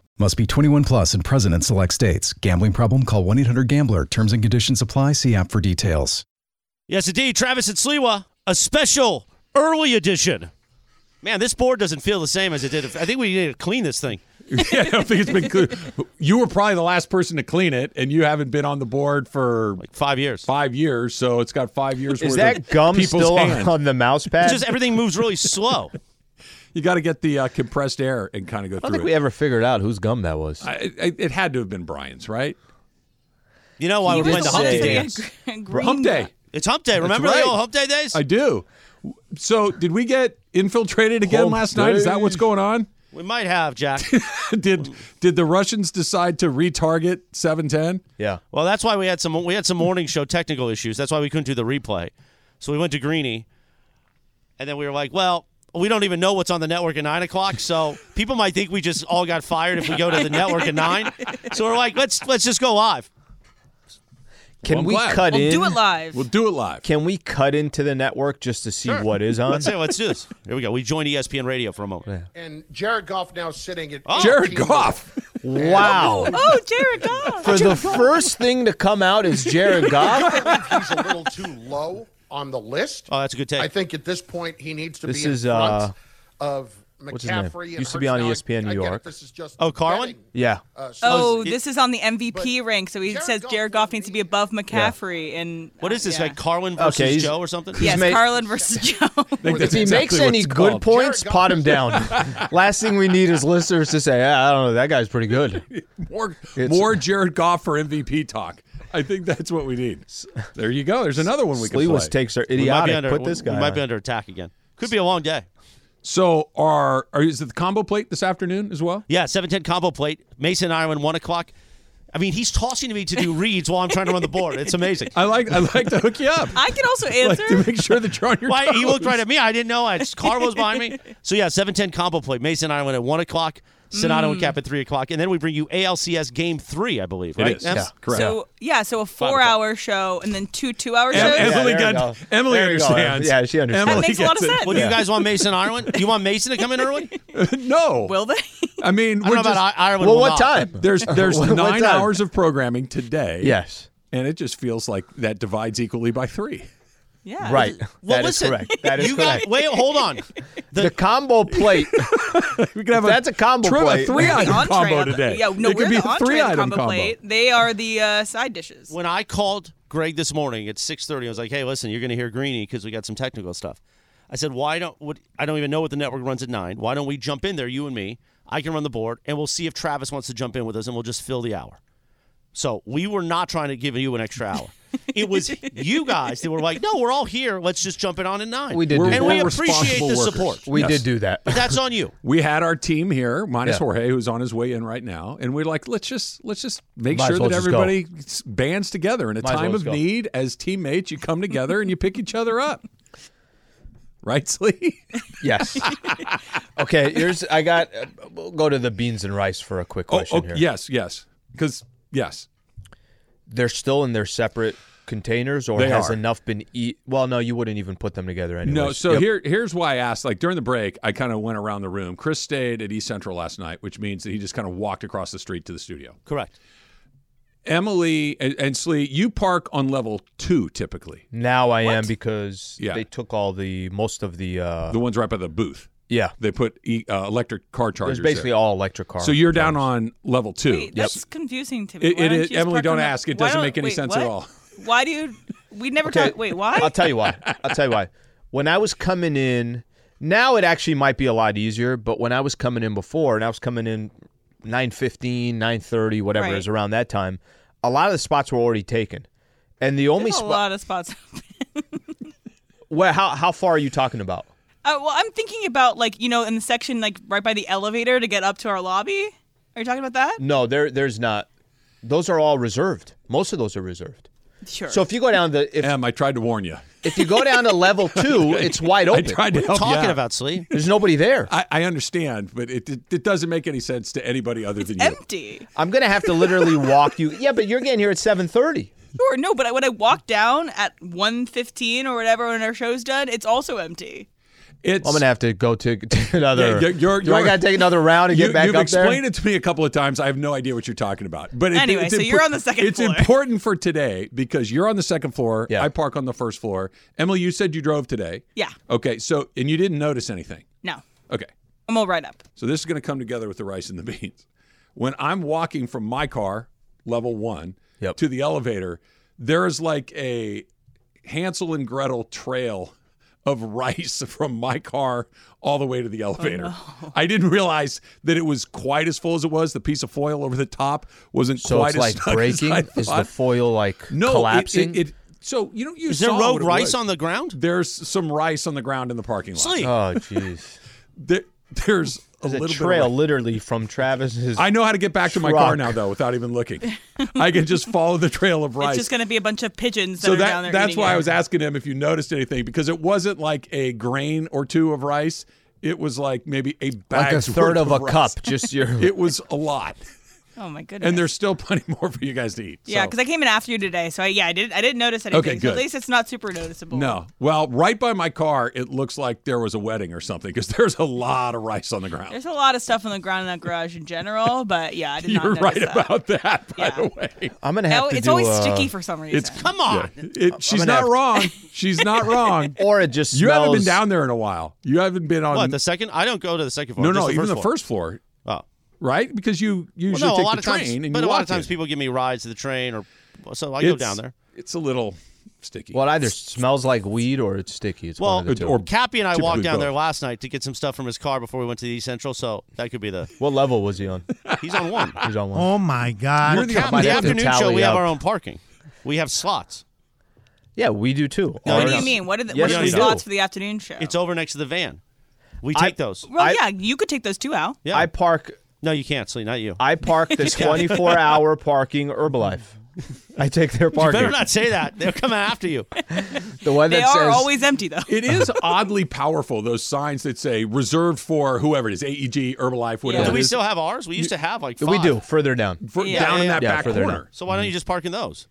[SPEAKER 6] Must be 21 plus and present in select states. Gambling problem? Call 1 800 Gambler. Terms and conditions apply. See app for details.
[SPEAKER 1] Yes, indeed. Travis and Sliwa, a special early edition. Man, this board doesn't feel the same as it did. I think we need to clean this thing.
[SPEAKER 2] yeah, I don't think it's been clear. You were probably the last person to clean it, and you haven't been on the board for
[SPEAKER 1] Like five years.
[SPEAKER 2] five years, so it's got five years.
[SPEAKER 3] Is
[SPEAKER 2] worth
[SPEAKER 3] that
[SPEAKER 2] of
[SPEAKER 3] gum
[SPEAKER 2] people's
[SPEAKER 3] still on,
[SPEAKER 2] hand.
[SPEAKER 3] on the mouse pad?
[SPEAKER 1] It's just everything moves really slow.
[SPEAKER 2] You got to get the uh, compressed air and kind of go
[SPEAKER 3] I don't
[SPEAKER 2] through
[SPEAKER 3] think
[SPEAKER 2] it.
[SPEAKER 3] we ever figured out whose gum that was.
[SPEAKER 2] I, I, it had to have been Brian's, right?
[SPEAKER 1] You know why
[SPEAKER 4] He
[SPEAKER 1] we're
[SPEAKER 4] was the
[SPEAKER 1] playing the
[SPEAKER 4] one
[SPEAKER 1] hump
[SPEAKER 4] that
[SPEAKER 1] day
[SPEAKER 4] said
[SPEAKER 1] dance?
[SPEAKER 4] a gr- green
[SPEAKER 2] Hump day.
[SPEAKER 4] dot.
[SPEAKER 1] It's hump day. Remember the
[SPEAKER 2] right.
[SPEAKER 1] old hump day days?
[SPEAKER 2] I do. So did we get infiltrated again
[SPEAKER 3] Hump
[SPEAKER 2] last night? Is that what's
[SPEAKER 3] day.
[SPEAKER 2] going on?
[SPEAKER 1] we might have, Jack.
[SPEAKER 2] did did the Russians decide to retarget 710?
[SPEAKER 3] yeah.
[SPEAKER 1] well, that's why we had some we had some morning show technical issues. That's why we couldn't do the replay. So we went to Greeny, and then we were like, well. We don't even know what's on the network at nine o'clock, so people might think we just all got fired if we go to the network at nine. So we're like, let's let's just go live.
[SPEAKER 3] Can
[SPEAKER 2] I'm
[SPEAKER 3] we
[SPEAKER 2] glad.
[SPEAKER 3] cut
[SPEAKER 4] We'll
[SPEAKER 3] in?
[SPEAKER 4] do it live.
[SPEAKER 2] We'll do it live.
[SPEAKER 3] Can we cut into the network just to see what is on?
[SPEAKER 1] Let's say, let's do this. Here we go. We joined E ESPN Radio for a moment.
[SPEAKER 5] And Jared Goff now sitting at
[SPEAKER 1] Oh.
[SPEAKER 2] Jared Goff.
[SPEAKER 3] Wow.
[SPEAKER 4] Oh, Jared Goff.
[SPEAKER 3] For the first thing to come out is Jared Goff.
[SPEAKER 5] he's a little too low on the list.
[SPEAKER 1] Oh, that's a good take.
[SPEAKER 5] I think at this point he needs to
[SPEAKER 3] This
[SPEAKER 5] be in
[SPEAKER 3] is,
[SPEAKER 5] front
[SPEAKER 3] uh,
[SPEAKER 5] of McCaffrey.
[SPEAKER 3] what's his name?
[SPEAKER 5] and
[SPEAKER 3] Used to be
[SPEAKER 5] Hurts.
[SPEAKER 3] on E
[SPEAKER 5] Now, I-
[SPEAKER 3] ESPN New
[SPEAKER 5] I get it,
[SPEAKER 3] York.
[SPEAKER 5] this is just
[SPEAKER 1] Oh, Carlin?
[SPEAKER 5] betting.
[SPEAKER 3] Yeah.
[SPEAKER 5] Uh, so
[SPEAKER 4] Oh,
[SPEAKER 1] it-
[SPEAKER 4] this is on the MVP rank, so he
[SPEAKER 5] Jared
[SPEAKER 4] says
[SPEAKER 5] Goff
[SPEAKER 4] Jared
[SPEAKER 5] won
[SPEAKER 4] Goff needs to be above McCaffrey. And
[SPEAKER 1] What is this?
[SPEAKER 4] yeah.
[SPEAKER 1] Like Carlin versus
[SPEAKER 3] Okay, he's-
[SPEAKER 1] Joe or something?
[SPEAKER 4] Yes,
[SPEAKER 3] made-
[SPEAKER 4] Carlin versus Joe.
[SPEAKER 2] I think
[SPEAKER 5] If
[SPEAKER 2] that's
[SPEAKER 3] If he
[SPEAKER 2] exactly
[SPEAKER 3] makes
[SPEAKER 2] what
[SPEAKER 3] any
[SPEAKER 2] it's
[SPEAKER 3] good
[SPEAKER 2] called.
[SPEAKER 3] points,
[SPEAKER 5] Jared
[SPEAKER 3] pot
[SPEAKER 5] Goff
[SPEAKER 3] him down. Last thing we need is listeners to say, "Ah, I don't know, that guy's pretty good.
[SPEAKER 2] More, more Jared Goff for MVP talk. I think that's what we need. There you go. There's another one we
[SPEAKER 3] Slee
[SPEAKER 2] can play.
[SPEAKER 3] was takes are
[SPEAKER 1] We might be
[SPEAKER 3] idiotic.
[SPEAKER 1] under,
[SPEAKER 3] Put this
[SPEAKER 1] we
[SPEAKER 3] guy.
[SPEAKER 1] might
[SPEAKER 3] on.
[SPEAKER 1] be under attack again. Could be a long day.
[SPEAKER 2] so are, are is it the combo plate this afternoon as well?
[SPEAKER 1] Yeah, seven ten combo plate. Mason Ireland one o'clock. I mean, he's tossing to me to do reads while I'm trying to run the board. It's amazing.
[SPEAKER 2] I like I like to hook you up.
[SPEAKER 4] I can also
[SPEAKER 2] like
[SPEAKER 4] answer.
[SPEAKER 2] to make sure that you're on your
[SPEAKER 1] Why
[SPEAKER 2] toes.
[SPEAKER 1] he looked right at me? I didn't know. I just, Carl was behind me. So yeah, seven ten combo plate. Mason Ireland at one o'clock. Sonato
[SPEAKER 2] Mm.
[SPEAKER 1] and Cap at three o'clock, and then we bring you ALCS Game Three, I believe.
[SPEAKER 2] It
[SPEAKER 1] Right?
[SPEAKER 2] is.
[SPEAKER 1] Em?
[SPEAKER 2] Yeah, correct.
[SPEAKER 4] So yeah, so a four-hour show and then two two-hour
[SPEAKER 2] Em-
[SPEAKER 4] shows.
[SPEAKER 3] Yeah,
[SPEAKER 2] Emily
[SPEAKER 3] there we
[SPEAKER 2] got
[SPEAKER 3] go.
[SPEAKER 2] Emily
[SPEAKER 3] There we go.
[SPEAKER 2] understands.
[SPEAKER 3] Yeah, she understands.
[SPEAKER 2] Emily
[SPEAKER 4] That makes a lot
[SPEAKER 2] gets
[SPEAKER 4] of
[SPEAKER 2] it.
[SPEAKER 4] sense.
[SPEAKER 1] Well, do you guys want Mason Ireland? You want Mason to come in early?
[SPEAKER 2] No.
[SPEAKER 4] Will they?
[SPEAKER 2] I mean,
[SPEAKER 1] I
[SPEAKER 2] we're
[SPEAKER 1] don't know
[SPEAKER 2] just,
[SPEAKER 1] about I- Ireland.
[SPEAKER 3] Well,
[SPEAKER 1] will not.
[SPEAKER 3] what time?
[SPEAKER 2] There's there's
[SPEAKER 3] What
[SPEAKER 2] nine
[SPEAKER 3] time?
[SPEAKER 2] hours of programming today.
[SPEAKER 3] Yes.
[SPEAKER 2] and it just feels like that divides equally by three.
[SPEAKER 4] Yeah.
[SPEAKER 3] Right.
[SPEAKER 1] Well,
[SPEAKER 3] that is
[SPEAKER 1] listen,
[SPEAKER 3] correct. That is
[SPEAKER 1] you
[SPEAKER 3] correct.
[SPEAKER 1] got wait. Hold on.
[SPEAKER 3] the combo plate.
[SPEAKER 2] We could have
[SPEAKER 3] That's a combo
[SPEAKER 2] tri-
[SPEAKER 3] plate.
[SPEAKER 2] three
[SPEAKER 4] The
[SPEAKER 2] item
[SPEAKER 4] entree
[SPEAKER 2] combo
[SPEAKER 4] of the-
[SPEAKER 2] today.
[SPEAKER 4] Yeah, no,
[SPEAKER 2] it
[SPEAKER 4] we're
[SPEAKER 2] could be
[SPEAKER 4] the
[SPEAKER 2] a
[SPEAKER 4] entree
[SPEAKER 2] three
[SPEAKER 4] of the
[SPEAKER 2] item
[SPEAKER 4] combo, plate. They are the uh, side dishes.
[SPEAKER 1] when I called Greg this morning at 6:30, I was like, "Hey, listen, you're going to hear Greeny because we got some technical stuff." I said, "Why don't what, I don't even know what the network runs at nine? Why don't we jump in there, you and me? I can run the board, and we'll see if Travis wants to jump in with us, and we'll just fill the hour." So we were not trying to give you an extra hour. It was you guys that were like, "No, we're all here. Let's just jump it on at nine.
[SPEAKER 3] We did
[SPEAKER 2] We're-
[SPEAKER 3] do
[SPEAKER 1] and
[SPEAKER 3] that.
[SPEAKER 1] we
[SPEAKER 2] we're
[SPEAKER 1] appreciate
[SPEAKER 2] responsible
[SPEAKER 1] the
[SPEAKER 2] workers.
[SPEAKER 1] support.
[SPEAKER 3] We
[SPEAKER 2] Yes.
[SPEAKER 3] did do that.
[SPEAKER 1] But that's on you.
[SPEAKER 2] We had our team here, minus
[SPEAKER 3] Yeah.
[SPEAKER 2] Jorge, who's on his way in right now, and we're like, let's just let's just make
[SPEAKER 3] Might as
[SPEAKER 2] sure
[SPEAKER 3] well
[SPEAKER 2] that
[SPEAKER 3] just go.
[SPEAKER 2] everybody s- bands together in a
[SPEAKER 3] as well
[SPEAKER 2] time
[SPEAKER 3] just
[SPEAKER 2] of
[SPEAKER 3] go.
[SPEAKER 2] need as teammates. You come together and you pick each other up, right, Slee?
[SPEAKER 3] Yes. okay. Here's I got. Uh, we'll go to the beans and rice for a quick question
[SPEAKER 2] Oh, okay,
[SPEAKER 3] here.
[SPEAKER 2] yes, yes, because yes,
[SPEAKER 3] They're still in their separate containers, or
[SPEAKER 2] They
[SPEAKER 3] has
[SPEAKER 2] are.
[SPEAKER 3] enough been eat? Well, no, you wouldn't even put them together anyway.
[SPEAKER 2] No, so here here's why I asked. Like during the break, I kind of went around the room. Chris stayed at East Central last night, which means that he just kind of walked across the street to the studio.
[SPEAKER 1] Correct.
[SPEAKER 2] Emily and, and Slee, you park on level two typically,
[SPEAKER 3] now I am because
[SPEAKER 2] Yeah.
[SPEAKER 3] they took all the most of the. Uh,
[SPEAKER 2] the ones right by the booth.
[SPEAKER 3] yeah,
[SPEAKER 2] They put e, uh, electric car
[SPEAKER 3] it
[SPEAKER 2] chargers.
[SPEAKER 3] was basically
[SPEAKER 2] there.
[SPEAKER 3] all electric cars.
[SPEAKER 2] so you're down on level two.
[SPEAKER 4] Wait, that's confusing to me.
[SPEAKER 2] It-
[SPEAKER 4] Why
[SPEAKER 2] it
[SPEAKER 4] don't
[SPEAKER 2] is-
[SPEAKER 4] you just
[SPEAKER 2] Emily,
[SPEAKER 4] park
[SPEAKER 2] don't
[SPEAKER 4] on the-
[SPEAKER 2] ask. It
[SPEAKER 4] why
[SPEAKER 2] doesn't
[SPEAKER 4] don't-
[SPEAKER 2] make any
[SPEAKER 4] wait,
[SPEAKER 2] sense at
[SPEAKER 4] what?
[SPEAKER 2] all.
[SPEAKER 4] Why do you? We never talk. Wait, why?
[SPEAKER 3] I'll tell you why. I'll tell you why. When I was coming in, now it actually might be a lot easier, but when I was coming in before, and I was coming in 9.15, 9.30, whatever it is
[SPEAKER 4] Right.
[SPEAKER 3] around that time, a lot of the spots were already taken. And the only
[SPEAKER 4] There's a
[SPEAKER 3] spot,
[SPEAKER 4] lot of spots. Uh,
[SPEAKER 3] well, how, how far are you talking about?
[SPEAKER 4] Uh, well, I'm thinking about like you know in the section like right by the elevator to get up to our lobby. Are you talking about that?
[SPEAKER 3] No, there, there's not. Those are all reserved. Most of those are reserved.
[SPEAKER 2] Mm,
[SPEAKER 4] Sure.
[SPEAKER 3] So if you go down the, if,
[SPEAKER 2] Em, I tried to warn you.
[SPEAKER 3] if you go down to level two, it's wide
[SPEAKER 2] I
[SPEAKER 3] open.
[SPEAKER 2] tried to help you
[SPEAKER 1] Talking
[SPEAKER 2] out.
[SPEAKER 1] about sleep.
[SPEAKER 3] There's nobody there.
[SPEAKER 2] I, I understand, but it, it it doesn't make any sense to anybody other than you.
[SPEAKER 4] empty.
[SPEAKER 3] I'm gonna have to literally walk you. Yeah, but you're getting here at 7:30.
[SPEAKER 4] Sure. No, but when I walk down at 1.15 or whatever when our show's done, it's also empty.
[SPEAKER 2] It's
[SPEAKER 3] I'm gonna have to go to, to another.
[SPEAKER 2] Yeah, you're- you're-
[SPEAKER 3] do I
[SPEAKER 2] you're-
[SPEAKER 3] gotta take another round and get
[SPEAKER 2] you,
[SPEAKER 3] back
[SPEAKER 2] have
[SPEAKER 3] up there?
[SPEAKER 2] explained it to me a couple of times. I have no idea what you're talking about. But it-
[SPEAKER 4] Anyway,
[SPEAKER 2] it's
[SPEAKER 4] so
[SPEAKER 2] impor-
[SPEAKER 4] you're on the second
[SPEAKER 2] It's
[SPEAKER 4] floor.
[SPEAKER 2] important for today because you're on the second floor.
[SPEAKER 3] Yeah.
[SPEAKER 2] I park on the first floor. Emily, you said you drove today.
[SPEAKER 4] Yeah.
[SPEAKER 2] Okay. So and you didn't notice anything.
[SPEAKER 4] No,
[SPEAKER 2] Okay.
[SPEAKER 4] I'm all right up.
[SPEAKER 2] So this is going to come together with the rice and the beans. When I'm walking from my car, level one,
[SPEAKER 3] Yep.
[SPEAKER 2] to the elevator, there is like a Hansel and Gretel trail of rice from my car all the way to
[SPEAKER 3] Oh,
[SPEAKER 2] the elevator. I didn't realize that it was quite as full as it was. The piece of foil over the top wasn't
[SPEAKER 3] So
[SPEAKER 2] quite
[SPEAKER 3] it's
[SPEAKER 2] as
[SPEAKER 3] like
[SPEAKER 2] snug as
[SPEAKER 3] breaking.
[SPEAKER 2] I
[SPEAKER 3] Is the
[SPEAKER 2] thought.
[SPEAKER 3] foil like
[SPEAKER 2] no, it-
[SPEAKER 3] collapsing?
[SPEAKER 2] It, it- so you know you
[SPEAKER 1] Is there
[SPEAKER 2] saw
[SPEAKER 1] rogue
[SPEAKER 2] what it
[SPEAKER 1] rice
[SPEAKER 2] was.
[SPEAKER 1] on the ground?
[SPEAKER 2] There's some rice on the ground in the parking lot.
[SPEAKER 1] Sleep.
[SPEAKER 3] oh jeez.
[SPEAKER 2] There, there's a
[SPEAKER 3] There's a,
[SPEAKER 2] little
[SPEAKER 3] trail
[SPEAKER 2] Bit of rice.
[SPEAKER 3] literally from Travis's.
[SPEAKER 2] I know how to get back to my car
[SPEAKER 3] truck.
[SPEAKER 2] now though without even looking. I can just follow the trail of rice.
[SPEAKER 4] It's just going to be a bunch of pigeons that
[SPEAKER 2] so
[SPEAKER 4] are down there.
[SPEAKER 2] that's
[SPEAKER 4] eating
[SPEAKER 2] why
[SPEAKER 4] it.
[SPEAKER 2] I was asking him if you noticed anything because it wasn't like a grain or two of rice. It was like maybe a
[SPEAKER 3] like
[SPEAKER 2] bag
[SPEAKER 3] a third of a
[SPEAKER 2] rice.
[SPEAKER 3] cup. Just your.
[SPEAKER 2] It was a lot,
[SPEAKER 4] Oh my goodness.
[SPEAKER 2] and there's still plenty more for you guys to eat.
[SPEAKER 4] yeah,
[SPEAKER 2] so.
[SPEAKER 4] because I came in after you today, so I, yeah, I didn't I didn't notice anything.
[SPEAKER 2] Okay,
[SPEAKER 4] So at
[SPEAKER 2] good.
[SPEAKER 4] least it's not super noticeable.
[SPEAKER 2] No. Well, right by my car, it looks like there was a wedding or something because there's a lot of rice on the ground.
[SPEAKER 4] There's a lot of stuff on the ground in that garage in general, but yeah, I did
[SPEAKER 2] You're
[SPEAKER 4] not notice
[SPEAKER 2] right
[SPEAKER 4] that.
[SPEAKER 2] about that, by
[SPEAKER 4] Yeah.
[SPEAKER 2] the way.
[SPEAKER 3] I'm gonna have
[SPEAKER 4] No,
[SPEAKER 3] to
[SPEAKER 4] it's
[SPEAKER 3] do,
[SPEAKER 4] always
[SPEAKER 3] uh,
[SPEAKER 4] sticky for some reason.
[SPEAKER 2] It's
[SPEAKER 1] Come on.
[SPEAKER 2] It- she's
[SPEAKER 3] gonna
[SPEAKER 2] not
[SPEAKER 3] have-
[SPEAKER 2] wrong. She's not wrong.
[SPEAKER 3] Or it just
[SPEAKER 2] You haven't been
[SPEAKER 3] smells-
[SPEAKER 2] down there in a while. You haven't been on.
[SPEAKER 1] What the second? I don't go to the second floor.
[SPEAKER 2] no,
[SPEAKER 1] just
[SPEAKER 2] no,
[SPEAKER 1] the
[SPEAKER 2] even
[SPEAKER 1] first
[SPEAKER 2] the
[SPEAKER 1] floor.
[SPEAKER 2] first floor,
[SPEAKER 1] Oh.
[SPEAKER 2] right? Because you
[SPEAKER 1] Well,
[SPEAKER 2] usually
[SPEAKER 1] no, a
[SPEAKER 2] take
[SPEAKER 1] lot
[SPEAKER 2] the
[SPEAKER 1] of
[SPEAKER 2] train
[SPEAKER 1] times,
[SPEAKER 2] and
[SPEAKER 1] but
[SPEAKER 2] you
[SPEAKER 1] a lot
[SPEAKER 2] walk
[SPEAKER 1] of times
[SPEAKER 2] in.
[SPEAKER 1] people give me rides to the train, or so I go
[SPEAKER 2] It's-
[SPEAKER 1] down there.
[SPEAKER 2] It's a little sticky.
[SPEAKER 3] Well, it either smells like weed or it's sticky. It's one
[SPEAKER 1] Well,
[SPEAKER 3] of the two.
[SPEAKER 2] or-
[SPEAKER 1] Cappy and I
[SPEAKER 2] Typically
[SPEAKER 1] walked down there
[SPEAKER 2] both.
[SPEAKER 1] last night to get some stuff from his car before we went to the East Central, so that could be the.
[SPEAKER 3] what level was he on?
[SPEAKER 1] He's on one.
[SPEAKER 3] He's on one.
[SPEAKER 7] Oh
[SPEAKER 2] Um,
[SPEAKER 7] my God!
[SPEAKER 2] You're the
[SPEAKER 1] Cap,
[SPEAKER 3] might
[SPEAKER 1] the
[SPEAKER 3] have to
[SPEAKER 1] afternoon show,
[SPEAKER 3] tally
[SPEAKER 1] we have
[SPEAKER 3] up.
[SPEAKER 1] our own parking. We have slots.
[SPEAKER 3] Yeah, we do too.
[SPEAKER 1] No,
[SPEAKER 4] what
[SPEAKER 1] Or
[SPEAKER 4] do you
[SPEAKER 1] no.
[SPEAKER 4] mean? What are the,
[SPEAKER 3] Yes,
[SPEAKER 4] what are
[SPEAKER 1] we
[SPEAKER 4] the
[SPEAKER 1] do.
[SPEAKER 4] slots for the afternoon show?
[SPEAKER 1] It's over next to the van. We take those.
[SPEAKER 4] well,
[SPEAKER 3] I-
[SPEAKER 4] yeah, you could take those two out.
[SPEAKER 1] Yeah.
[SPEAKER 3] I park.
[SPEAKER 1] no, you can't, Slee. Not you.
[SPEAKER 3] I park the 24 hour parking Herbalife. I take their parking.
[SPEAKER 1] Better not say that. They're coming after you.
[SPEAKER 3] the one
[SPEAKER 4] They
[SPEAKER 3] that
[SPEAKER 4] are
[SPEAKER 3] says
[SPEAKER 4] always empty though.
[SPEAKER 2] It is oddly powerful. Those signs that say reserved for whoever it is, AEG, Herbalife,
[SPEAKER 4] Yeah.
[SPEAKER 2] whatever.
[SPEAKER 1] Do
[SPEAKER 2] it
[SPEAKER 1] we
[SPEAKER 2] is,
[SPEAKER 1] still have ours? We used to have like five.
[SPEAKER 3] we do further down
[SPEAKER 2] for,
[SPEAKER 4] Yeah.
[SPEAKER 2] down in
[SPEAKER 1] Yeah,
[SPEAKER 2] that
[SPEAKER 3] yeah,
[SPEAKER 2] back
[SPEAKER 3] further down.
[SPEAKER 2] corner.
[SPEAKER 1] So why don't you just park in those?